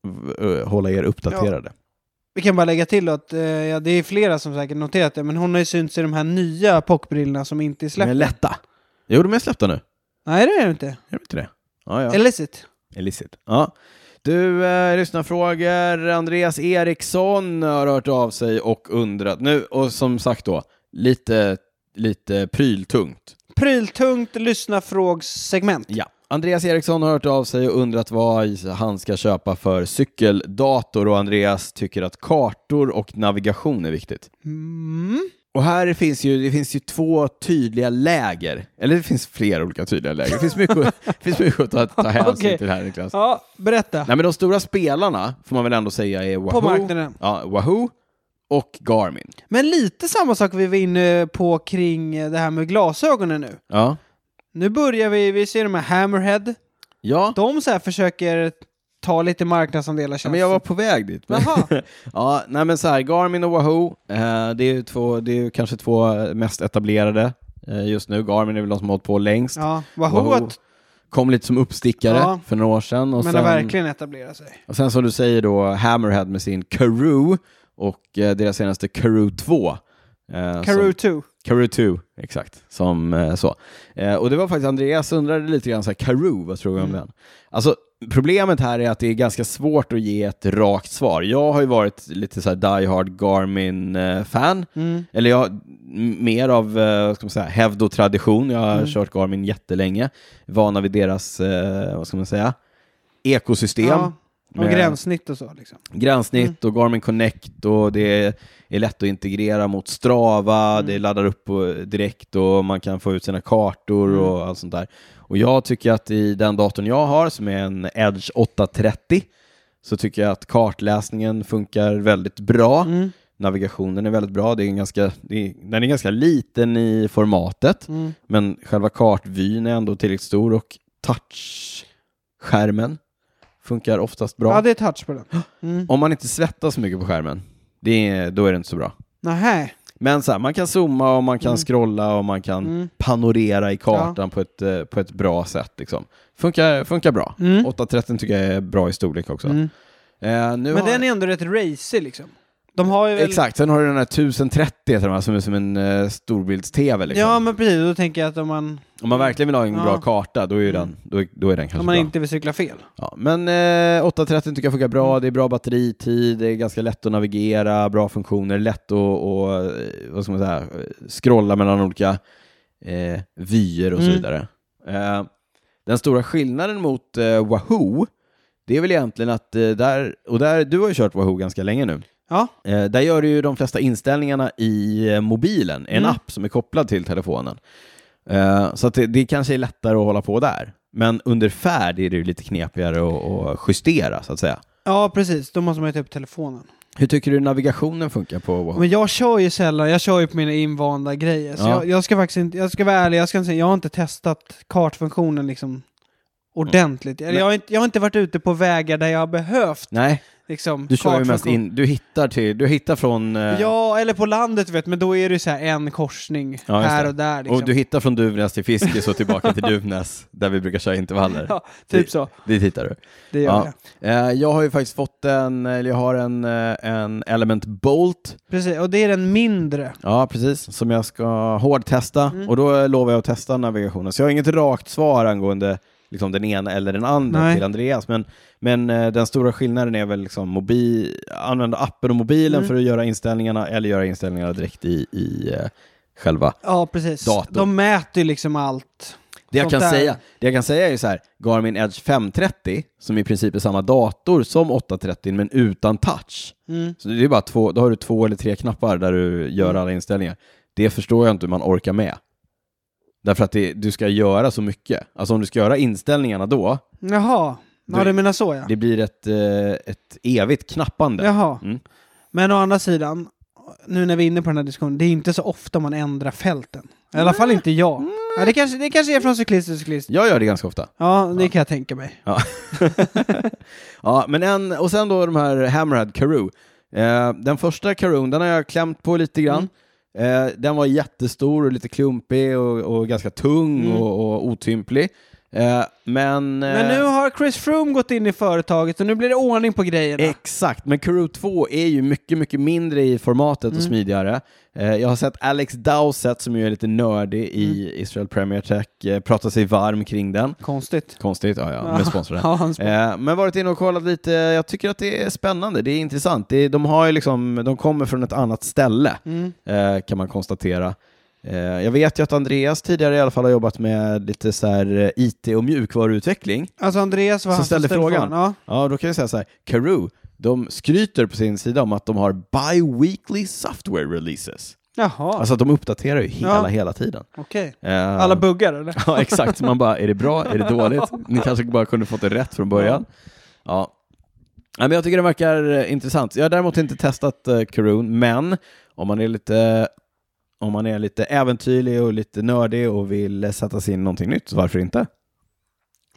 Speaker 2: v- eh, hålla er uppdaterade.
Speaker 1: Vi kan bara lägga till att eh, ja, det är flera som säkert noterat det, men hon har ju synts i de här nya pockbrillorna som inte är
Speaker 2: de är
Speaker 1: släppta.
Speaker 2: lätta. Jo, de är släppta nu. Är
Speaker 1: Nej, det är det inte.
Speaker 2: de inte det? Ja, ja.
Speaker 1: Illicit.
Speaker 2: Elicit. Ja. Du, eh, lyssnarfrågor. Andreas Eriksson har hört av sig och undrat. Nu, och som sagt då, lite, lite pryltungt.
Speaker 1: Pryltungt lyssnarfrågssegment.
Speaker 2: Ja. Andreas Eriksson har hört av sig och undrat vad han ska köpa för cykeldator och Andreas tycker att kartor och navigation är viktigt.
Speaker 1: Mm.
Speaker 2: Och här finns ju, det finns ju två tydliga läger, eller det finns flera olika tydliga läger. Det finns mycket, det finns mycket att ta, ta hänsyn
Speaker 1: Okej.
Speaker 2: till här Niklas.
Speaker 1: Ja, berätta.
Speaker 2: Nej men de stora spelarna får man väl ändå säga är Wahoo,
Speaker 1: marknaden.
Speaker 2: Ja, Wahoo och Garmin.
Speaker 1: Men lite samma sak vi var inne på kring eh, det här med glasögonen nu.
Speaker 2: Ja.
Speaker 1: Nu börjar vi, vi ser de här Hammerhead.
Speaker 2: Ja.
Speaker 1: De så här försöker ta lite marknadsandelar
Speaker 2: Ja,
Speaker 1: känns
Speaker 2: men jag var
Speaker 1: det
Speaker 2: på väg dit. men-
Speaker 1: Jaha.
Speaker 2: ja, nej men så här, Garmin och Wahoo, eh, det är ju två, det är ju kanske två mest etablerade eh, just nu. Garmin är väl de som har hållit på längst.
Speaker 1: Ja, Wahoo
Speaker 2: Wahoo
Speaker 1: att,
Speaker 2: kom lite som uppstickare
Speaker 1: Ja.
Speaker 2: för några år sedan. Och
Speaker 1: men
Speaker 2: sen,
Speaker 1: har verkligen etablerat sig.
Speaker 2: och sen som du säger då, Hammerhead med sin Karoo och eh, deras senaste Karoo 2. eh,
Speaker 1: Karoo 2.
Speaker 2: Karoo 2, exakt.
Speaker 1: Mm.
Speaker 2: Som eh, så. Eh, och det var faktiskt Andreas undrade lite grann så här, Karoo, vad tror vi om den? Alltså, problemet här är att det är ganska svårt att ge ett rakt svar. Jag har ju varit lite så här die hard Garmin-fan.
Speaker 1: Mm.
Speaker 2: Eller jag, m- mer av eh, vad ska man säga, hävd och tradition. Jag har
Speaker 1: Mm.
Speaker 2: kört Garmin jättelänge. Vana vid deras, eh, vad ska man säga, ekosystem.
Speaker 1: Ja, och
Speaker 2: med
Speaker 1: gränssnitt och så liksom.
Speaker 2: Gränssnitt och Garmin Connect och det är lätt att integrera mot Strava,
Speaker 1: Mm.
Speaker 2: det laddar upp och- direkt och man kan få ut sina kartor
Speaker 1: Mm.
Speaker 2: och allt sånt där. Och jag tycker att i den datorn jag har, som är en Edge 830, så tycker jag att kartläsningen funkar väldigt bra.
Speaker 1: Mm.
Speaker 2: Navigationen är väldigt bra. Det är en ganska, det är, den är ganska liten i formatet,
Speaker 1: Mm.
Speaker 2: men själva kartvyn är ändå tillräckligt stor och touchskärmen funkar oftast bra.
Speaker 1: Ja, det är touch på den. Mm.
Speaker 2: Om man inte svettas så mycket på skärmen, det är, då är det inte så bra.
Speaker 1: Nähä.
Speaker 2: Men så här, man kan zooma och man kan
Speaker 1: Mm.
Speaker 2: scrolla och man kan
Speaker 1: Mm.
Speaker 2: panorera i kartan på, ett, eh, på ett bra sätt. Liksom. Funkar, funkar bra.
Speaker 1: Mm.
Speaker 2: 830 tycker jag är bra i storlek också.
Speaker 1: Mm.
Speaker 2: Eh, nu
Speaker 1: Men
Speaker 2: har...
Speaker 1: den är ändå rätt racy liksom. De har ju väl...
Speaker 2: Exakt, sen har du den här 1030 heter den, va, som är som en eh, storbilds-tv. Liksom.
Speaker 1: Ja, men precis. Då tänker jag att om man,
Speaker 2: Om man verkligen vill ha en
Speaker 1: Ja.
Speaker 2: bra karta, då är, ju
Speaker 1: Mm.
Speaker 2: den, då, är- då är den kanske
Speaker 1: om man
Speaker 2: bra.
Speaker 1: inte vill cykla fel.
Speaker 2: Ja, men eh, 830 tycker jag funkar bra, det är bra batteritid, det är ganska lätt att navigera, bra funktioner, lätt att och, vad ska man säga, scrolla mellan olika eh, vyer och så
Speaker 1: Mm.
Speaker 2: vidare. Eh, den stora skillnaden mot eh, Wahoo, det är väl egentligen att eh, där, och där, du har ju kört Wahoo ganska länge nu,
Speaker 1: Ja.
Speaker 2: Eh, där gör du ju de flesta inställningarna i eh, mobilen, en
Speaker 1: Mm.
Speaker 2: app som är kopplad till telefonen. Eh, så att det, det kanske är lättare att hålla på där. Men under färd är det ju lite knepigare att, att justera, så att säga.
Speaker 1: Ja, precis. Då måste man ju ta upp telefonen.
Speaker 2: Hur tycker du navigationen funkar på Wahoo?
Speaker 1: Men jag kör ju sällan, jag kör ju på mina invanda grejer. Så
Speaker 2: Ja.
Speaker 1: jag, jag ska faktiskt inte, jag ska vara ärlig, jag ska inte säga, jag har inte testat kartfunktionen liksom ordentligt. Eller
Speaker 2: Men-
Speaker 1: Jag, har inte, jag har inte varit ute på vägar där jag har behövt
Speaker 2: Nej,
Speaker 1: liksom
Speaker 2: du kör ju mest
Speaker 1: kartfunktion.
Speaker 2: in, du hittar, till, du hittar från... eh,
Speaker 1: Ja, eller på landet vet, men då är det ju så här en korsning
Speaker 2: Ja, just
Speaker 1: här
Speaker 2: det.
Speaker 1: och där liksom.
Speaker 2: Och du hittar från Duvnäs till Fiskis och tillbaka till Duvnäs, där vi brukar köra intervaller.
Speaker 1: Ja, typ så.
Speaker 2: Dit hittar du.
Speaker 1: Det gör
Speaker 2: Ja.
Speaker 1: jag.
Speaker 2: Eh, jag har ju faktiskt fått en, eller jag har en, eh, en Element Bolt
Speaker 1: Precis, och det är den mindre.
Speaker 2: Ja, precis. Som jag ska hårdtesta.
Speaker 1: Mm.
Speaker 2: Och då eh, lovar jag att testa navigationen. Så jag har inget rakt svar angående liksom, den ena eller den andra
Speaker 1: Nej.
Speaker 2: till Andreas. Men, men eh, den stora skillnaden är väl liksom mobi- använda appen och mobilen
Speaker 1: Mm.
Speaker 2: för att göra inställningarna eller göra inställningarna direkt i, i eh, själva.
Speaker 1: Ja, precis.
Speaker 2: Datorn.
Speaker 1: De mäter ju liksom allt.
Speaker 2: Det jag,
Speaker 1: Sånt
Speaker 2: kan
Speaker 1: där.
Speaker 2: säga, det jag kan säga är ju så här, Garmin Edge 530, som i princip är samma dator som 830 men utan touch.
Speaker 1: Mm.
Speaker 2: Så det är bara två, då har du två eller tre knappar där du gör
Speaker 1: Mm.
Speaker 2: alla inställningar. Det förstår jag inte hur man orkar med. Därför att det, du ska göra så mycket. Alltså om du ska göra inställningarna då,
Speaker 1: Jaha, ja
Speaker 2: Du-
Speaker 1: du menar så ja.
Speaker 2: det blir ett, eh, ett evigt knappande.
Speaker 1: Jaha.
Speaker 2: Mm.
Speaker 1: Men å andra sidan, nu när vi är inne på den här diskussionen, det är inte så ofta man ändrar fälten. I alla fall inte jag. Ja, det, kanske, det kanske är från cyklist till cyklist.
Speaker 2: Jag gör det ganska ofta.
Speaker 1: Ja, det
Speaker 2: Ja.
Speaker 1: kan jag tänka mig.
Speaker 2: Ja. ja, men en, och sen då de här Hammerhead Karoo. Eh, den första Karoon, den har jag klämt på lite grann.
Speaker 1: Mm.
Speaker 2: Eh, den var jättestor och lite klumpig och, och ganska tung
Speaker 1: Mm.
Speaker 2: och, och otymplig. Eh, men,
Speaker 1: Men
Speaker 2: eh,
Speaker 1: nu har Chris Froome gått in i företaget och nu blir det ordning på grejerna.
Speaker 2: Exakt, men Crew 2 är ju mycket, mycket mindre i formatet och
Speaker 1: Mm.
Speaker 2: smidigare. Eh, jag har sett Alex Dowsett, som ju är lite nördig
Speaker 1: Mm.
Speaker 2: i Israel Premier Tech, eh, prata sig varm kring den.
Speaker 1: Konstigt.
Speaker 2: Konstigt, ja, ja, med sponsrade.
Speaker 1: Ja, han sponsrar.
Speaker 2: Eh, men varit inne och kollat lite, jag tycker att det är spännande, det är intressant. Det, är- de, har ju liksom, de kommer från ett annat ställe,
Speaker 1: Mm.
Speaker 2: eh, kan man konstatera. Eh, jag vet ju att Andreas tidigare i alla fall har jobbat med lite så här eh, IT och mjukvaruutveckling.
Speaker 1: Alltså Andreas var
Speaker 2: Som
Speaker 1: han
Speaker 2: ställde frågan.
Speaker 1: Ja.
Speaker 2: Ja, då kan jag säga så här. Karoo, de skryter på sin sida om att de har bi-weekly software releases.
Speaker 1: Jaha,
Speaker 2: Alltså att de uppdaterar ju hela,
Speaker 1: Ja.
Speaker 2: hela tiden.
Speaker 1: okej.
Speaker 2: Eh,
Speaker 1: Alla buggar eller?
Speaker 2: Ja, exakt. Man bara, är det bra? Är det dåligt? Ni kanske bara kunde fått det rätt från början. Ja. Nej, men jag tycker det verkar eh, intressant. Jag har däremot inte testat eh, Karoon, men om man är lite om man är lite äventyrlig och lite nördig och vill eh, sätta sig in i någonting nytt, så varför inte?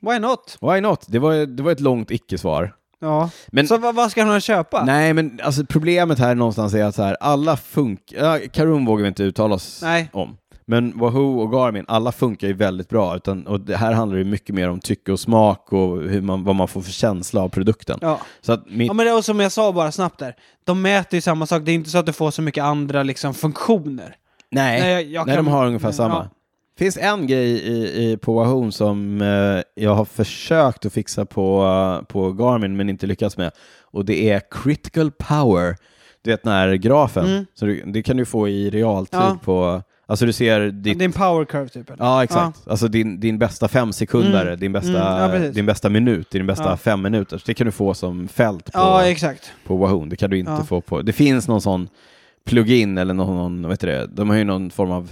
Speaker 1: Why not?
Speaker 2: Why not? Det var, det var ett långt icke-svar.
Speaker 1: Ja.
Speaker 2: Men-
Speaker 1: så vad, vad ska han köpa?
Speaker 2: Nej, men alltså, problemet här någonstans är att så här, alla funkar... Ja, Karun vågar vi inte uttala oss
Speaker 1: Nej.
Speaker 2: om. Men Wahoo och Garmin, alla funkar ju väldigt bra. Utan, och det här handlar ju mycket mer om tycke och smak och hur man, vad man får för känsla av produkten.
Speaker 1: Ja.
Speaker 2: Så att mitt,
Speaker 1: Ja men det, och som jag sa bara snabbt där, de mäter ju samma sak, det är inte så att du får så mycket andra liksom funktioner.
Speaker 2: nej,
Speaker 1: Nej,
Speaker 2: nej,
Speaker 1: jag- jag
Speaker 2: de
Speaker 1: kan- Mm,
Speaker 2: har ungefär
Speaker 1: Ja.
Speaker 2: samma. finns en grej i, i, på Wahoo som eh, jag har försökt att fixa på, eh, på Garmin men inte lyckats med. Och det är critical power. Du vet den här grafen.
Speaker 1: Mm.
Speaker 2: Så du, det kan du få i realtid
Speaker 1: Ja.
Speaker 2: på... Alltså du ser ditt...
Speaker 1: Det är en power curve typ. eller?
Speaker 2: Ja, exakt. Alltså din, din bästa fem sekunder,
Speaker 1: Mm.
Speaker 2: din, bästa,
Speaker 1: Mm, ja, precis.
Speaker 2: din bästa minut, din bästa
Speaker 1: Ja.
Speaker 2: fem minuter. Så det kan du få som fält på,
Speaker 1: Ja, exakt.
Speaker 2: på Wahoo. Det kan du inte
Speaker 1: Ja.
Speaker 2: få på... Det finns någon sån plugin eller någon, någon vad heter det? De har ju någon form av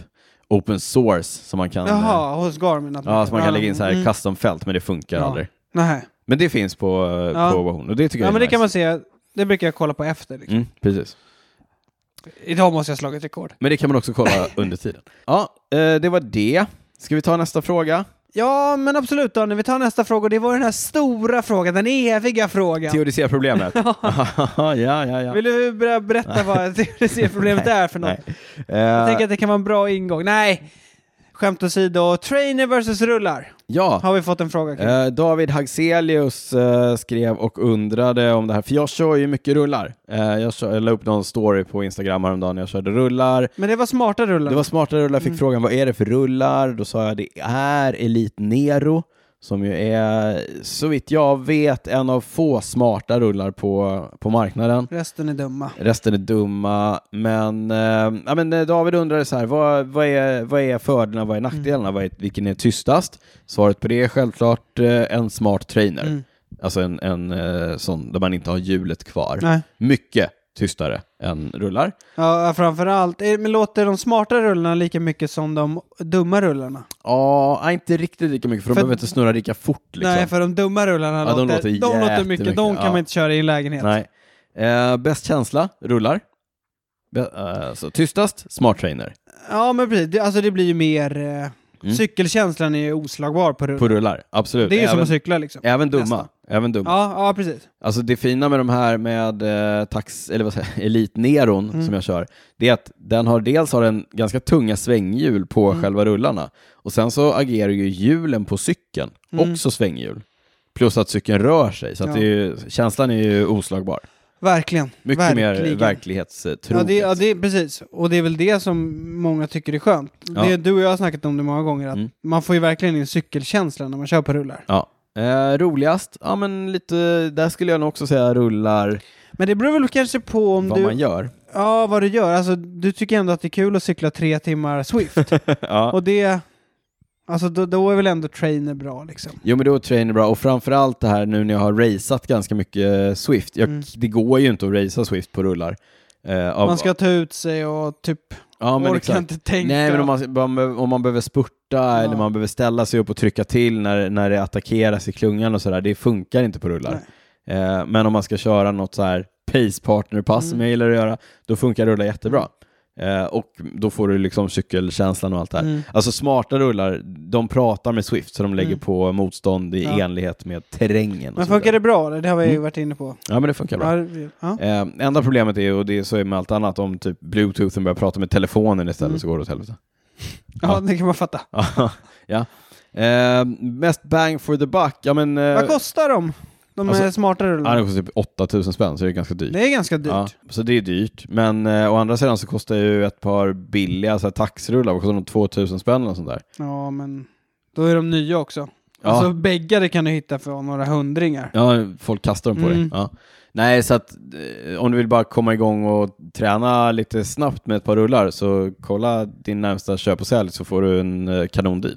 Speaker 2: open source som man kan... eh,
Speaker 1: Jaha, hos Garmin. att
Speaker 2: Ja, så man kan lägga in så här
Speaker 1: Mm.
Speaker 2: custom-fält, men det funkar
Speaker 1: Ja.
Speaker 2: aldrig.
Speaker 1: Nej.
Speaker 2: Men det finns på, eh,
Speaker 1: Ja.
Speaker 2: på Wahoo och det tycker
Speaker 1: Ja,
Speaker 2: jag är
Speaker 1: men det
Speaker 2: nice.
Speaker 1: kan man se. Det brukar jag kolla på efter. Liksom.
Speaker 2: Mm, precis. Mm.
Speaker 1: Idag måste jag ha slagit rekord.
Speaker 2: Men det kan man också kolla under tiden. Ja, eh, det var det. Ska vi ta nästa fråga?
Speaker 1: Ja, men absolut då. När vi tar nästa fråga. och Det var den här stora frågan, den eviga frågan.
Speaker 2: Teodicéproblemet. ja, ja, ja.
Speaker 1: Vill du börja berätta vad teodicéproblemet är för något?
Speaker 2: Eh,
Speaker 1: Jag tänker att det kan vara en bra ingång. Nej, skämt åsido. Trainer versus rullar
Speaker 2: Ja,
Speaker 1: har vi fått en fråga kring.
Speaker 2: Eh, David Hagselius eh, skrev och undrade om det här, för jag kör ju mycket rullar. Eh, jag, kör, jag la upp någon story på Instagram häromdagen när jag körde rullar.
Speaker 1: Men det var smarta rullar.
Speaker 2: Det var smartare rullar, jag fick frågan vad är det för rullar? Då sa jag det är Elite Nero, som ju är, så vitt jag vet, en av få smarta rullar på, på marknaden.
Speaker 1: Resten är dumma.
Speaker 2: Resten är dumma, men, eh, ja, men eh, David undrade så här, vad, vad, är, vad är fördelarna,
Speaker 1: Mm.
Speaker 2: vad är nackdelarna, vad är, vilken är tystast? Svaret på det är självklart eh, en smart trainer,
Speaker 1: Mm.
Speaker 2: alltså en, en eh, sån där man inte har hjulet kvar.
Speaker 1: Nej.
Speaker 2: Mycket tystare än rullar.
Speaker 1: Ja, framförallt. Eh, Men låter de smarta rullarna lika mycket som de dumma rullarna?
Speaker 2: Ja, nej, inte riktigt lika mycket, för, de
Speaker 1: För-
Speaker 2: behöver inte snurra lika fort. Liksom.
Speaker 1: Nej, för de dumma rullarna
Speaker 2: Ja, de
Speaker 1: låter,
Speaker 2: låter
Speaker 1: de låter mycket.
Speaker 2: jättemycket,
Speaker 1: De kan
Speaker 2: ja.
Speaker 1: man inte köra i en lägenhet.
Speaker 2: Nej. Eh, bäst känsla, rullar. Be- eh, så tystast, smart trainer.
Speaker 1: Ja, men precis. Det, alltså det blir ju mer... Eh,
Speaker 2: Mm.
Speaker 1: Cykelkänslan är ju oslagbar på rullar.
Speaker 2: På rullar, absolut.
Speaker 1: det är ju som
Speaker 2: även,
Speaker 1: att cykla liksom.
Speaker 2: även dumma.
Speaker 1: Nästan.
Speaker 2: Även dumma.
Speaker 1: Ja, ja precis.
Speaker 2: Alltså det fina med de här med eh, tax, eller vad säger, jag, Elite Neron
Speaker 1: Mm.
Speaker 2: som jag kör, det är att den har dels har den ganska tunga svänghjul på
Speaker 1: Mm.
Speaker 2: själva rullarna och sen så agerar ju hjulen på cykeln, också svänghjul. Plus att cykeln rör sig, så att
Speaker 1: Mm. Ja.
Speaker 2: det är ju, känslan är ju oslagbar.
Speaker 1: Verkligen.
Speaker 2: Mycket mer
Speaker 1: Verkligen.
Speaker 2: verklighetstroget.
Speaker 1: Ja, det, ja det, precis. Och det är väl det som många tycker är skönt. Det, du och jag har snackat om det många gånger, att
Speaker 2: Mm.
Speaker 1: man får ju verkligen in cykelkänslan när man kör på rullar.
Speaker 2: Ja. Eh, roligast? Ja men lite, där skulle jag nog också säga rullar
Speaker 1: Men det beror väl kanske på om
Speaker 2: vad
Speaker 1: du...
Speaker 2: man gör.
Speaker 1: Ja, vad du gör. Alltså, du tycker ändå att det är kul att cykla tre timmar Swift.
Speaker 2: ja.
Speaker 1: och det... Alltså, då, då är väl ändå trainer bra liksom.
Speaker 2: Jo men då är trainer bra och framförallt det här nu när jag har raceat ganska mycket eh, Swift. Jag,
Speaker 1: Mm.
Speaker 2: Det går ju inte att racea Swift på rullar. Eh, av,
Speaker 1: Man ska ta ut sig och typ
Speaker 2: ja, men
Speaker 1: orka
Speaker 2: exakt.
Speaker 1: inte tänka.
Speaker 2: Nej men om man, om man behöver spurta eller man behöver ställa sig upp och trycka till när, när det attackeras i klungan och sådär, det funkar inte på rullar. Eh, men om man ska köra något så här pace partner pass
Speaker 1: Mm.
Speaker 2: som jag gillar att göra, då funkar rullar jättebra. Eh, och då får du liksom cykelkänslan och allt det här.
Speaker 1: Mm.
Speaker 2: Alltså smarta rullar, de pratar med Swift så de lägger
Speaker 1: Mm.
Speaker 2: på motstånd i
Speaker 1: Ja.
Speaker 2: enlighet med terrängen. och
Speaker 1: Men
Speaker 2: så vidare.
Speaker 1: funkar det bra? eller? Det har vi ju
Speaker 2: Mm.
Speaker 1: varit inne på.
Speaker 2: Ja, men det funkar bra.
Speaker 1: Ja, det- ja.
Speaker 2: Eh, enda problemet är, ju, och det är så är med allt annat, om typ bluetoothen börjar prata med telefonen istället
Speaker 1: Mm.
Speaker 2: så går det åt helvete.
Speaker 1: ja, det kan man fatta.
Speaker 2: ja. eh, mest bang for the buck, ja men... Eh,
Speaker 1: Vad kostar de? De
Speaker 2: Alltså-
Speaker 1: är smarta
Speaker 2: ja,
Speaker 1: rullarna.
Speaker 2: det kostar typ 8000 spänn, så det är ganska dyrt.
Speaker 1: Det är ganska dyrt.
Speaker 2: Ja, så det är dyrt. Men eh, å andra sidan så kostar ju ett par billiga så här, taxrullar, vad kostar de? 2000 spänn eller sånt där.
Speaker 1: Ja, men då är de nya också.
Speaker 2: Ja.
Speaker 1: Alltså bägge det kan du hitta för några hundringar.
Speaker 2: Ja, folk kastar dem på
Speaker 1: Mm.
Speaker 2: dig. Ja. Nej, så att eh, om du vill bara komma igång och träna lite snabbt med ett par rullar så kolla din närmsta köp och sälj så får du en eh, kanondeal.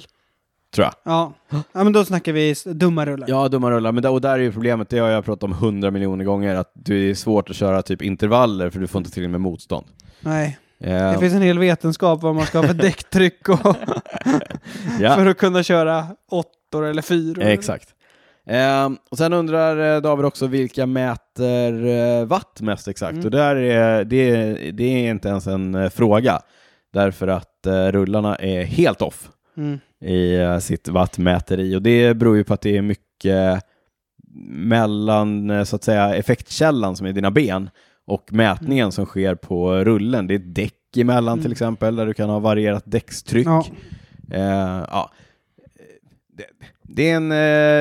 Speaker 2: Tror jag.
Speaker 1: Ja. ja, men då snackar vi s- dumma rullar.
Speaker 2: Ja, dumma rullar. Men där, och där är ju problemet, det har jag pratat om hundra miljoner gånger, att det är svårt att köra typ intervaller för du får inte till med motstånd.
Speaker 1: Nej,
Speaker 2: Eh,
Speaker 1: det finns en hel vetenskap vad man ska ha för däcktryck och
Speaker 2: ja.
Speaker 1: för att kunna köra åttor eller fyror.
Speaker 2: Exakt. Ehm, och sen undrar eh, David också vilka mäter eh, watt mest exakt?
Speaker 1: Mm.
Speaker 2: Och där är, det, det är inte ens en eh, fråga, därför att eh, rullarna är helt off
Speaker 1: Mm.
Speaker 2: i eh, sitt wattmäteri och det beror ju på att det är mycket mellan eh, så att säga effektkällan som är dina ben och mätningen som sker på rullen. Det är ett däck emellan
Speaker 1: Mm.
Speaker 2: till exempel där du kan ha varierat däckstryck.
Speaker 1: Ja.
Speaker 2: Eh, ja. det, det är en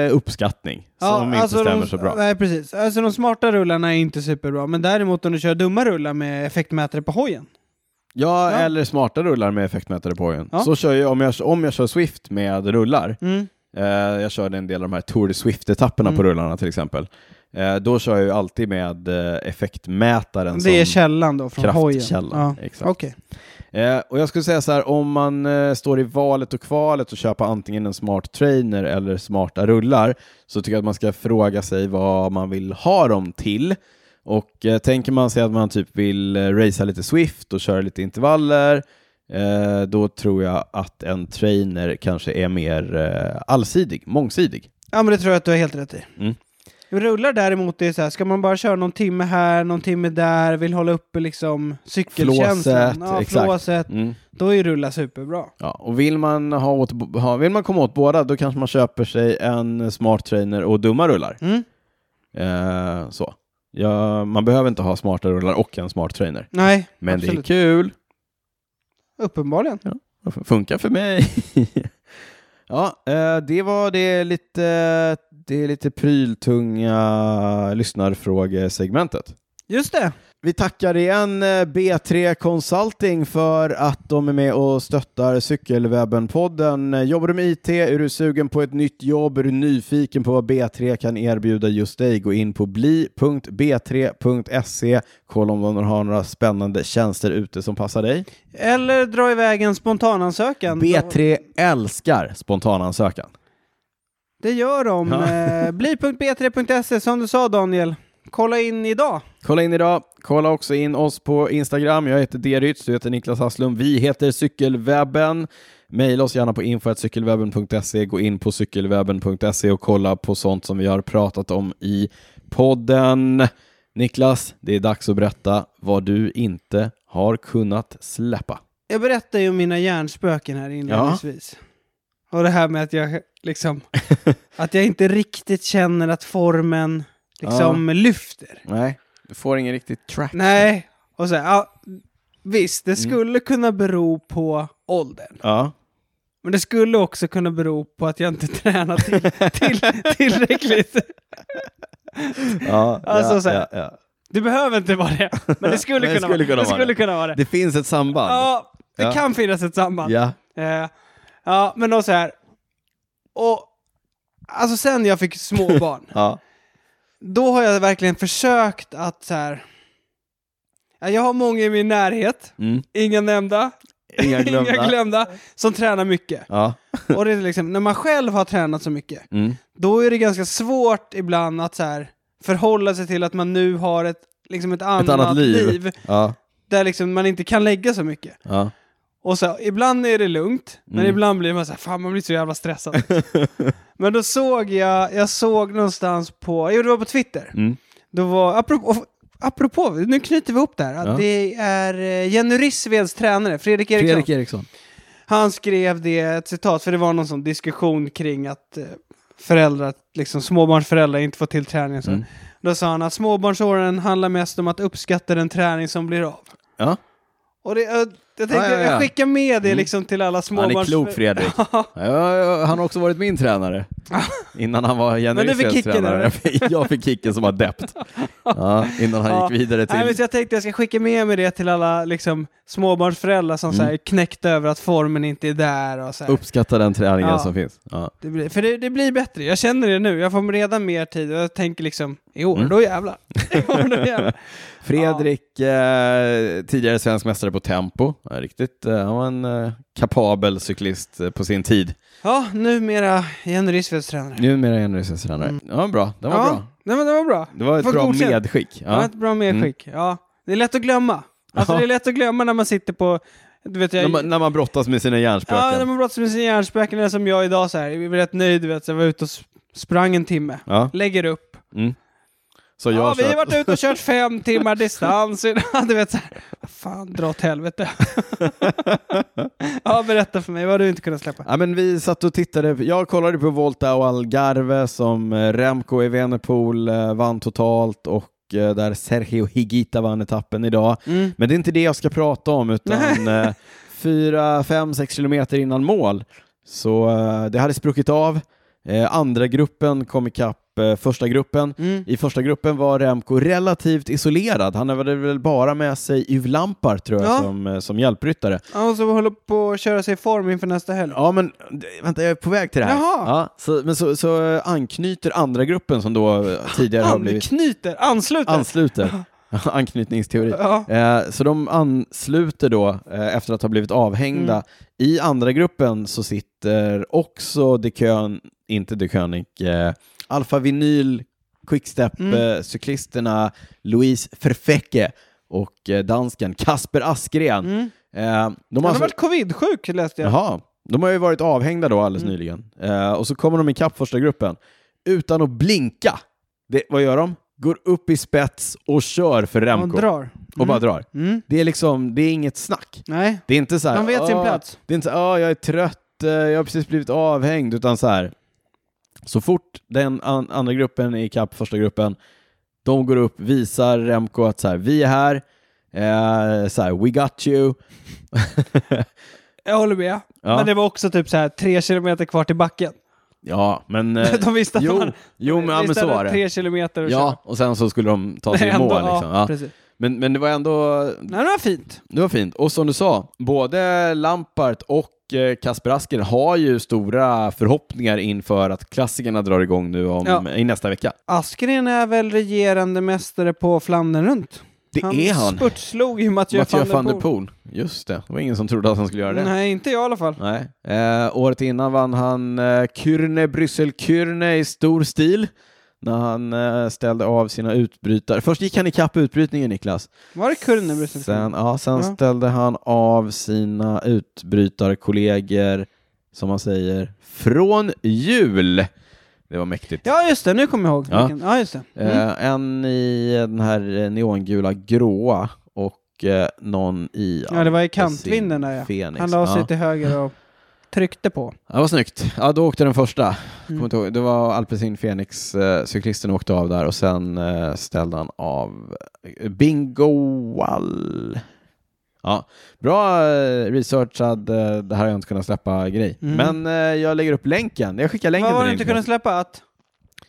Speaker 2: eh, uppskattning som inte stämmer
Speaker 1: alltså de,
Speaker 2: så bra.
Speaker 1: Nej, precis. Alltså de smarta rullarna är inte superbra, men däremot om du kör dumma rullar med effektmätare på hojen,
Speaker 2: Ja,
Speaker 1: Ja.
Speaker 2: eller smarta rullar med effektmätare på igen.
Speaker 1: Ja.
Speaker 2: Så kör jag om, jag om jag kör Swift med rullar,
Speaker 1: Mm.
Speaker 2: eh, jag körde en del av de här Tour de Swift-etapperna
Speaker 1: Mm.
Speaker 2: på rullarna till exempel, eh, då kör jag ju alltid med eh, effektmätaren
Speaker 1: Det är
Speaker 2: som
Speaker 1: källan då, från hojen?
Speaker 2: kraftkällan.
Speaker 1: Ja.
Speaker 2: Exakt.
Speaker 1: Okej.
Speaker 2: Eh, och jag skulle säga så här, om man eh, står i valet och kvalet och köpa antingen en smart trainer eller smarta rullar så tycker jag att man ska fråga sig vad man vill ha dem till. Och eh, tänker man sig att man typ vill eh, racea lite Swift och köra lite intervaller eh, då tror jag att en trainer kanske är mer eh, allsidig, mångsidig.
Speaker 1: Ja, men det tror jag att du har helt rätt i.
Speaker 2: Mm.
Speaker 1: Rullar däremot, det är så här, ska man bara köra någon timme här, någon timme där, vill hålla uppe liksom cykelkänslan,
Speaker 2: Flåset,
Speaker 1: ja,
Speaker 2: exakt.
Speaker 1: flåset,
Speaker 2: Mm.
Speaker 1: då är rulla superbra.
Speaker 2: Ja, och vill man, ha åt, ha, vill man komma åt båda då kanske man köper sig en smart trainer och dumma rullar.
Speaker 1: Mm.
Speaker 2: Eh, så. Ja, man behöver inte ha smarta rullar och en smart trainer.
Speaker 1: Nej,
Speaker 2: Men
Speaker 1: absolut.
Speaker 2: det är kul.
Speaker 1: Uppenbarligen.
Speaker 2: Det funkar för mig. ja, eh, det var det lite, det är lite pryltunga lyssnarfrågesegmentet.
Speaker 1: Just det.
Speaker 2: Vi tackar igen eh, B3 Consulting för att de är med och stöttar Cykelwebben-podden. Jobbar du med IT? Är du sugen på ett nytt jobb? Är du nyfiken på vad B3 kan erbjuda just dig? Gå in på bli.b3.se. E. Kolla om de har några spännande tjänster ute som passar dig.
Speaker 1: Eller dra iväg en spontanansökan.
Speaker 2: B3 älskar spontanansökan.
Speaker 1: Det gör de.
Speaker 2: Ja.
Speaker 1: Eh, Bli.b3.se som du sa Daniel. Kolla in idag.
Speaker 2: Kolla in idag. Kolla också in oss på Instagram. Jag heter Derytz, du heter Niklas Hasslum. Vi heter Cykelwebben. Maila oss gärna på info.cykelwebben.se. Gå in på cykelwebben.se och kolla på sånt som vi har pratat om i podden. Niklas, det är dags att berätta vad du inte har kunnat släppa.
Speaker 1: Jag berättade ju om mina hjärnspöken här inledningsvis. Och det här med att jag liksom, att jag inte riktigt känner att formen liksom lyfter.
Speaker 2: Nej, du får ingen riktigt track.
Speaker 1: Nej, och så här, ja, visst, det skulle kunna bero på åldern.
Speaker 2: Ja.
Speaker 1: Men det skulle också kunna bero på att jag inte tränat till, till, tillräckligt.
Speaker 2: ja,
Speaker 1: Alltså så här.
Speaker 2: ja, ja.
Speaker 1: Det behöver inte vara det, men det skulle,
Speaker 2: Men
Speaker 1: kunna, vara.
Speaker 2: det skulle kunna
Speaker 1: det.
Speaker 2: vara
Speaker 1: Skulle
Speaker 2: det.
Speaker 1: kunna vara det.
Speaker 2: Det finns ett samband.
Speaker 1: Ja, det
Speaker 2: Ja.
Speaker 1: kan finnas ett samband.
Speaker 2: ja.
Speaker 1: Eh, ja, men då så här. Och alltså sen jag fick småbarn,
Speaker 2: ja.
Speaker 1: då har jag verkligen försökt att så här. Ja, jag har många i min närhet,
Speaker 2: Mm.
Speaker 1: inga nämnda,
Speaker 2: Inga glömda.
Speaker 1: inga glömda, som tränar mycket.
Speaker 2: Ja.
Speaker 1: Och det är liksom, när man själv har tränat så mycket,
Speaker 2: Mm.
Speaker 1: då är det ganska svårt ibland att så här, förhålla sig till att man nu har ett, liksom ett annat,
Speaker 2: Ett annat liv.
Speaker 1: liv
Speaker 2: Ja.
Speaker 1: där liksom man inte kan lägga så mycket.
Speaker 2: Ja.
Speaker 1: Och så, ibland är det lugnt, men
Speaker 2: Mm.
Speaker 1: ibland blir man så här, fan man blir så jävla stressad. men då såg jag, jag såg någonstans på, jo det var på Twitter,
Speaker 2: Mm.
Speaker 1: då var, apropå, och- apropå nu knyter vi upp det här, att
Speaker 2: Ja.
Speaker 1: det är eh, Jenny Rissveds tränare, Fredrik Eriksson.
Speaker 2: Eriksson.
Speaker 1: Han skrev det, ett citat, för det var någon sån diskussion kring att eh, föräldrar, liksom småbarnsföräldrar inte får till träning. och Så.
Speaker 2: Mm.
Speaker 1: Då sa han att småbarnsåren handlar mest om att uppskatta den träning som blir av.
Speaker 2: Ja.
Speaker 1: Och det, jag, jag tänkte,
Speaker 2: Ja, ja, ja.
Speaker 1: jag skickar med det
Speaker 2: Mm.
Speaker 1: liksom till alla
Speaker 2: Han
Speaker 1: småbarns...
Speaker 2: är klok Fredrik.
Speaker 1: Ja.
Speaker 2: Ja, ja, han har också varit min tränare. Innan han var Jenny
Speaker 1: Men du fick
Speaker 2: Rydströms
Speaker 1: kicken,
Speaker 2: tränare. Jag fick- Jag fick kicken som adept. Ja, innan han
Speaker 1: Ja.
Speaker 2: gick vidare
Speaker 1: Nej, men
Speaker 2: till...
Speaker 1: så jag tänkte jag ska skicka med mig det till alla liksom, småbarnsföräldrar som
Speaker 2: Mm.
Speaker 1: så här, är knäckta över att formen inte är där. Och så här.
Speaker 2: Uppskatta den träningen
Speaker 1: Ja.
Speaker 2: som finns. Ja.
Speaker 1: Det blir, för det, det blir bättre, jag känner det nu. Jag får redan mer tid och jag tänker liksom, i år,
Speaker 2: Mm.
Speaker 1: då jävlar. I år, då jävlar.
Speaker 2: Fredrik, eh, tidigare svensk mästare på tempo. Ja, riktigt, eh, han var en eh, kapabel cyklist eh, på sin tid.
Speaker 1: Ja, numera Jenny Rissveds tränare.
Speaker 2: Numera Jenny Rydströms tränare. Mm. Ja, bra. Det var
Speaker 1: ja,
Speaker 2: bra.
Speaker 1: Nej, men det var bra.
Speaker 2: Det var ett
Speaker 1: Får
Speaker 2: bra
Speaker 1: godkänt.
Speaker 2: medskick.
Speaker 1: Det var
Speaker 2: Ja. Mm.
Speaker 1: ett bra medskick. Ja. Det är lätt att glömma. Alltså
Speaker 2: Ja.
Speaker 1: det är lätt att glömma när man sitter på, du vet jag...
Speaker 2: När, man, när man brottas med
Speaker 1: Ja,
Speaker 2: sina
Speaker 1: när
Speaker 2: hjärnspöken.
Speaker 1: man brottas med sina hjärnspöken eller som jag idag så här, jag var rätt nöjd du vet, så jag var ute och sp- sprang en timme.
Speaker 2: Ja.
Speaker 1: Lägger upp.
Speaker 2: Mm. Så jag
Speaker 1: Ja,
Speaker 2: har
Speaker 1: vi har
Speaker 2: kört-
Speaker 1: varit ute och kört fem timmar distans idag. Du vet så här, fan dra åt helvete. ja, berätta för mig, vad har du inte kunnat släppa?
Speaker 2: Ja, men vi satt och tittade. Jag kollade på Volta och Algarve som eh, Remco i Venepool eh, vann totalt och eh, där Sergio Higuita vann etappen idag.
Speaker 1: Mm.
Speaker 2: Men det är inte det jag ska prata om utan eh, fyra, fem, sex kilometer innan mål så eh, det hade spruckit av. Eh, andra gruppen kom ikapp eh, första gruppen.
Speaker 1: Mm.
Speaker 2: I första gruppen var Remco relativt isolerad. Han hade väl bara med sig Yves Lampard tror jag
Speaker 1: Ja.
Speaker 2: som, eh, som hjälpryttare.
Speaker 1: Ja, och så håller på att köra sig i form inför nästa helg.
Speaker 2: Ja, men d- vänta, jag är på väg till det här.
Speaker 1: Jaha.
Speaker 2: Ja, så, men så, så eh, anknyter andra gruppen som då eh, tidigare har blivit
Speaker 1: Anknyter, ansluter.
Speaker 2: ansluter. Anknytningsteori.
Speaker 1: ja.
Speaker 2: Eh, så de ansluter då eh, efter att ha blivit avhängda.
Speaker 1: Mm.
Speaker 2: I andra gruppen så sitter också De Kön, inte De König, eh, Alfa Vinyl,
Speaker 1: Mm.
Speaker 2: Quickstep-cyklisterna, Louise Verfecke och eh, dansken Kasper Askren.
Speaker 1: Mm.
Speaker 2: Eh, de har
Speaker 1: Han har
Speaker 2: alltså...
Speaker 1: varit covid-sjuk läste jag.
Speaker 2: Jaha, de har ju varit avhängda då alldeles
Speaker 1: Mm.
Speaker 2: nyligen. Eh, och så kommer de ikapp första gruppen utan att blinka. Det, vad gör de? Går upp i spets och kör för
Speaker 1: Han
Speaker 2: Remco
Speaker 1: drar.
Speaker 2: och bara drar.
Speaker 1: Mm.
Speaker 2: Det är liksom, det är inget snack.
Speaker 1: Nej,
Speaker 2: Det är inte så här,
Speaker 1: de vet sin
Speaker 2: "Åh,
Speaker 1: plats.
Speaker 2: Det är inte så här, "Åh, jag är trött, eh, jag har precis blivit avhängd, utan så här, så fort den an- andra gruppen är ikapp första gruppen, de går upp, visar Remco att så här, vi är här, eh, så här, we got you.
Speaker 1: Jag håller med.
Speaker 2: Ja.
Speaker 1: Men det var också typ så här tre kilometer kvar till backen.
Speaker 2: Ja, men... eh,
Speaker 1: De visste att
Speaker 2: jo,
Speaker 1: man...
Speaker 2: jo, men, ja, men
Speaker 1: visste
Speaker 2: så
Speaker 1: att
Speaker 2: var det.
Speaker 1: Tre kilometer och
Speaker 2: Ja, och sen så skulle de ta sig i mål. Liksom. Ja.
Speaker 1: precis.
Speaker 2: Men, men det var ändå
Speaker 1: Nej, det var fint.
Speaker 2: det var fint. Och som du sa, både Lampart och eh, Kasper Asken har ju stora förhoppningar inför att klassikerna drar igång nu om,
Speaker 1: Ja.
Speaker 2: i nästa vecka.
Speaker 1: Askren är väl regerande mästare på Flandern runt?
Speaker 2: Det är han.
Speaker 1: spurtslog ju Mathieu,
Speaker 2: Mathieu van der
Speaker 1: Poel.
Speaker 2: Poel. Just det, det var ingen som trodde att han skulle göra det.
Speaker 1: Nej, inte jag i alla fall.
Speaker 2: Nej. Eh, året innan vann han eh, Kürne, Bryssel Kürne i stor stil när han eh, ställde av sina utbrytare. Först gick han ikapp utbrytningen, Niklas.
Speaker 1: Var det Kurne
Speaker 2: Sen, ja, sen
Speaker 1: Ja.
Speaker 2: ställde han av sina utbrytarkollegor, som man säger, från jul. Det var mäktigt.
Speaker 1: Ja, just det. Nu kommer jag ihåg.
Speaker 2: Ja.
Speaker 1: Ja, ja just det. Mm.
Speaker 2: Eh, en i den här eh, neongula gråa och eh, någon i...
Speaker 1: Ja, det var i
Speaker 2: Alpecin
Speaker 1: kantvinden där, ja.
Speaker 2: Fenix.
Speaker 1: Han la
Speaker 2: ja.
Speaker 1: sig till höger och tryckte på.
Speaker 2: Ja, det var snyggt. Ja, då åkte den första.
Speaker 1: Mm.
Speaker 2: Kommer inte ihåg. Det var Alpecin Fenix, eh, cyklisten åkte av där och sen eh, ställde han av eh, Bingo Wall. Ja, bra eh, researchad, eh, det här har jag inte kunnat släppa grej.
Speaker 1: Mm.
Speaker 2: Men eh, jag lägger upp länken, jag skickar länken
Speaker 1: Vad var det
Speaker 2: till
Speaker 1: inte
Speaker 2: dig.
Speaker 1: kunnat släppa? Att,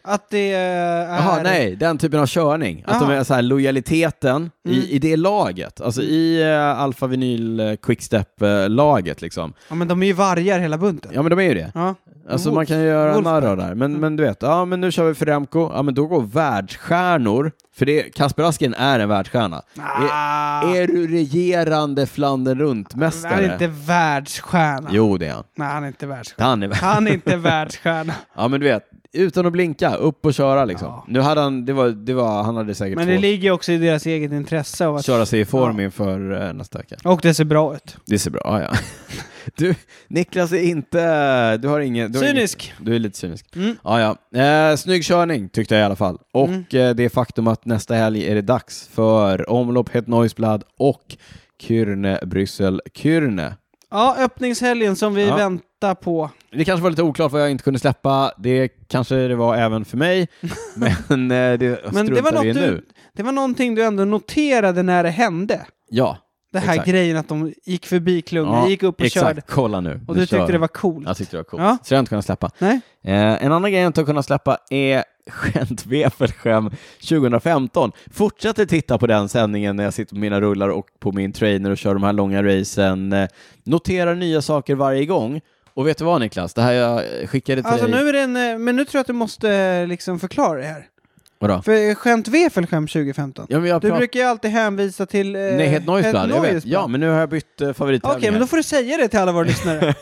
Speaker 1: att det eh, är...
Speaker 2: Jaha, nej, den typen av körning. Att de
Speaker 1: Aha.
Speaker 2: är så här lojaliteten
Speaker 1: Ah. Mm.
Speaker 2: i, i det laget, alltså i eh, Alfa Vinyl eh, Quickstep-laget liksom.
Speaker 1: Ja, men de är ju vargar hela bunten.
Speaker 2: Ja men de är ju det.
Speaker 1: Ja.
Speaker 2: Alltså
Speaker 1: Wolf-
Speaker 2: man kan ju göra
Speaker 1: Wolfpack.
Speaker 2: narr av det här. Men, men du vet, ja men nu kör vi för Remco, ja men då går världsstjärnor, för det, Kasper Asken är en världsstjärna.
Speaker 1: Ah,
Speaker 2: Är du regerande Flandern
Speaker 1: han är
Speaker 2: runt-mästare?
Speaker 1: inte världsstjärna.
Speaker 2: Jo det är han.
Speaker 1: Nej, han är inte världsstjärna.
Speaker 2: Han är
Speaker 1: Han är inte världsstjärna.
Speaker 2: Ja men du vet, utan att blinka, upp och köra liksom.
Speaker 1: Ja.
Speaker 2: Nu hade han, det var, det var, han hade säkert
Speaker 1: Men det
Speaker 2: två,
Speaker 1: ligger ju också i deras eget intresse av att...
Speaker 2: köra sig i form
Speaker 1: Ja.
Speaker 2: inför eh, nästa vecka.
Speaker 1: Och det ser bra ut.
Speaker 2: Det ser bra, ja, ja. Du, Niklas är inte, du har ingen... Du har ingen-
Speaker 1: Cynisk.
Speaker 2: du är lite cynisk.
Speaker 1: Mm.
Speaker 2: Ja, ja. Eh, snygg körning tyckte jag i alla fall. Och
Speaker 1: Mm.
Speaker 2: eh, det faktum att nästa helg är det dags för omlopp Het Neusblad och Kürne Bryssel Kürne.
Speaker 1: Ja, öppningshelgen som vi
Speaker 2: Ja.
Speaker 1: väntar på.
Speaker 2: Det kanske var lite oklart vad jag inte kunde släppa. Det kanske det var även för mig. Men eh, det
Speaker 1: Men
Speaker 2: struntar
Speaker 1: det var, något
Speaker 2: vi i nu.
Speaker 1: du, det var någonting du ändå noterade när det hände.
Speaker 2: Ja,
Speaker 1: Det här
Speaker 2: Exakt.
Speaker 1: grejen att de gick förbi klungor,
Speaker 2: ja,
Speaker 1: gick upp och
Speaker 2: exakt.
Speaker 1: körde.
Speaker 2: Kolla nu.
Speaker 1: Och
Speaker 2: Nu
Speaker 1: du
Speaker 2: kör
Speaker 1: tyckte
Speaker 2: vi.
Speaker 1: det var coolt.
Speaker 2: Jag tyckte det var coolt.
Speaker 1: Ja.
Speaker 2: Så det har jag inte kunnat släppa.
Speaker 1: Nej?
Speaker 2: Eh, en annan grej jag inte har kunnat släppa är Skämt Wefelschem 2015. Fortsätter titta på den sändningen när jag sitter på mina rullar och på min trainer och kör de här långa racen. Eh, noterar nya saker varje gång. Och vet du vad Niklas? Det här jag eh, skickade till
Speaker 1: Alltså
Speaker 2: dig...
Speaker 1: nu är det en, eh, men nu tror jag att du måste eh, liksom förklara det här.
Speaker 2: Vadå?
Speaker 1: För eh, skämt Wefelskärm 2015.
Speaker 2: Ja, men jag
Speaker 1: du
Speaker 2: pratar...
Speaker 1: brukar ju alltid hänvisa till... Eh,
Speaker 2: Nej, Het Neusblad.
Speaker 1: Het
Speaker 2: Jag vet.
Speaker 1: Neusblad.
Speaker 2: Ja, men nu har jag bytt eh,
Speaker 1: Okej,
Speaker 2: favorittävling
Speaker 1: men
Speaker 2: här.
Speaker 1: då får du säga det till alla våra lyssnare.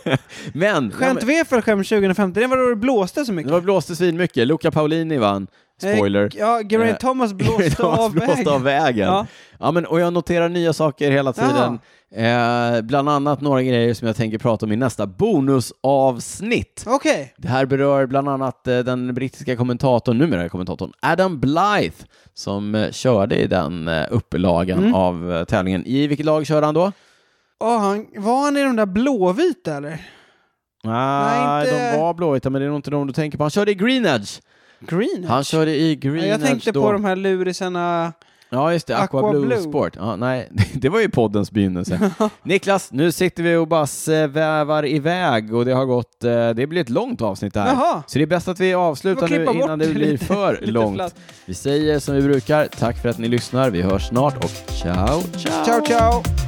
Speaker 2: men, ja,
Speaker 1: Skämt
Speaker 2: men...
Speaker 1: Wefelskärm 2015, det var då det blåste så
Speaker 2: Det
Speaker 1: mycket.
Speaker 2: var blåste svinmycket. Luca Paulini vann. Spoiler.
Speaker 1: Eh, ja, Geraint
Speaker 2: Eh,
Speaker 1: Thomas blåste
Speaker 2: Thomas
Speaker 1: av
Speaker 2: blåste
Speaker 1: vägen.
Speaker 2: av vägen. Ja.
Speaker 1: Ja.
Speaker 2: men, och jag noterar nya saker hela tiden. Eh, bland annat några grejer som jag tänker prata om i nästa bonusavsnitt.
Speaker 1: Okej.
Speaker 2: Det här berör bland annat eh, den brittiska kommentatorn, numera kommentatorn, Adam Blythe, som eh, körde i den eh, upplagan
Speaker 1: Mm.
Speaker 2: av eh, tävlingen. I vilket lag körde han då?
Speaker 1: Ja, han, var han i de där blåvita eller?
Speaker 2: Nej,
Speaker 1: inte-
Speaker 2: de var blåvita, men det är nog inte de du tänker på. Han körde i Green Edge.
Speaker 1: Green?
Speaker 2: Han körde i
Speaker 1: Ja,
Speaker 2: Green
Speaker 1: jag tänkte
Speaker 2: Edge då.
Speaker 1: på de här lurisarna
Speaker 2: Ja, just det. Aqua,
Speaker 1: Aqua
Speaker 2: Blue,
Speaker 1: Blue.
Speaker 2: Sport. Ja, nej, det var ju poddens begynnelse. Niklas, nu sitter vi och bara svävar iväg och det har gått... eh, Det blir ett långt avsnitt det här.
Speaker 1: Jaha.
Speaker 2: Så det är bäst att vi
Speaker 1: Vi
Speaker 2: avslutar
Speaker 1: får
Speaker 2: nu
Speaker 1: klippa
Speaker 2: innan
Speaker 1: bort
Speaker 2: det blir
Speaker 1: lite-
Speaker 2: för
Speaker 1: lite
Speaker 2: långt.
Speaker 1: flatt.
Speaker 2: Vi säger som vi brukar, tack för att ni lyssnar. Vi hörs snart och ciao, ciao!
Speaker 1: Ciao, ciao!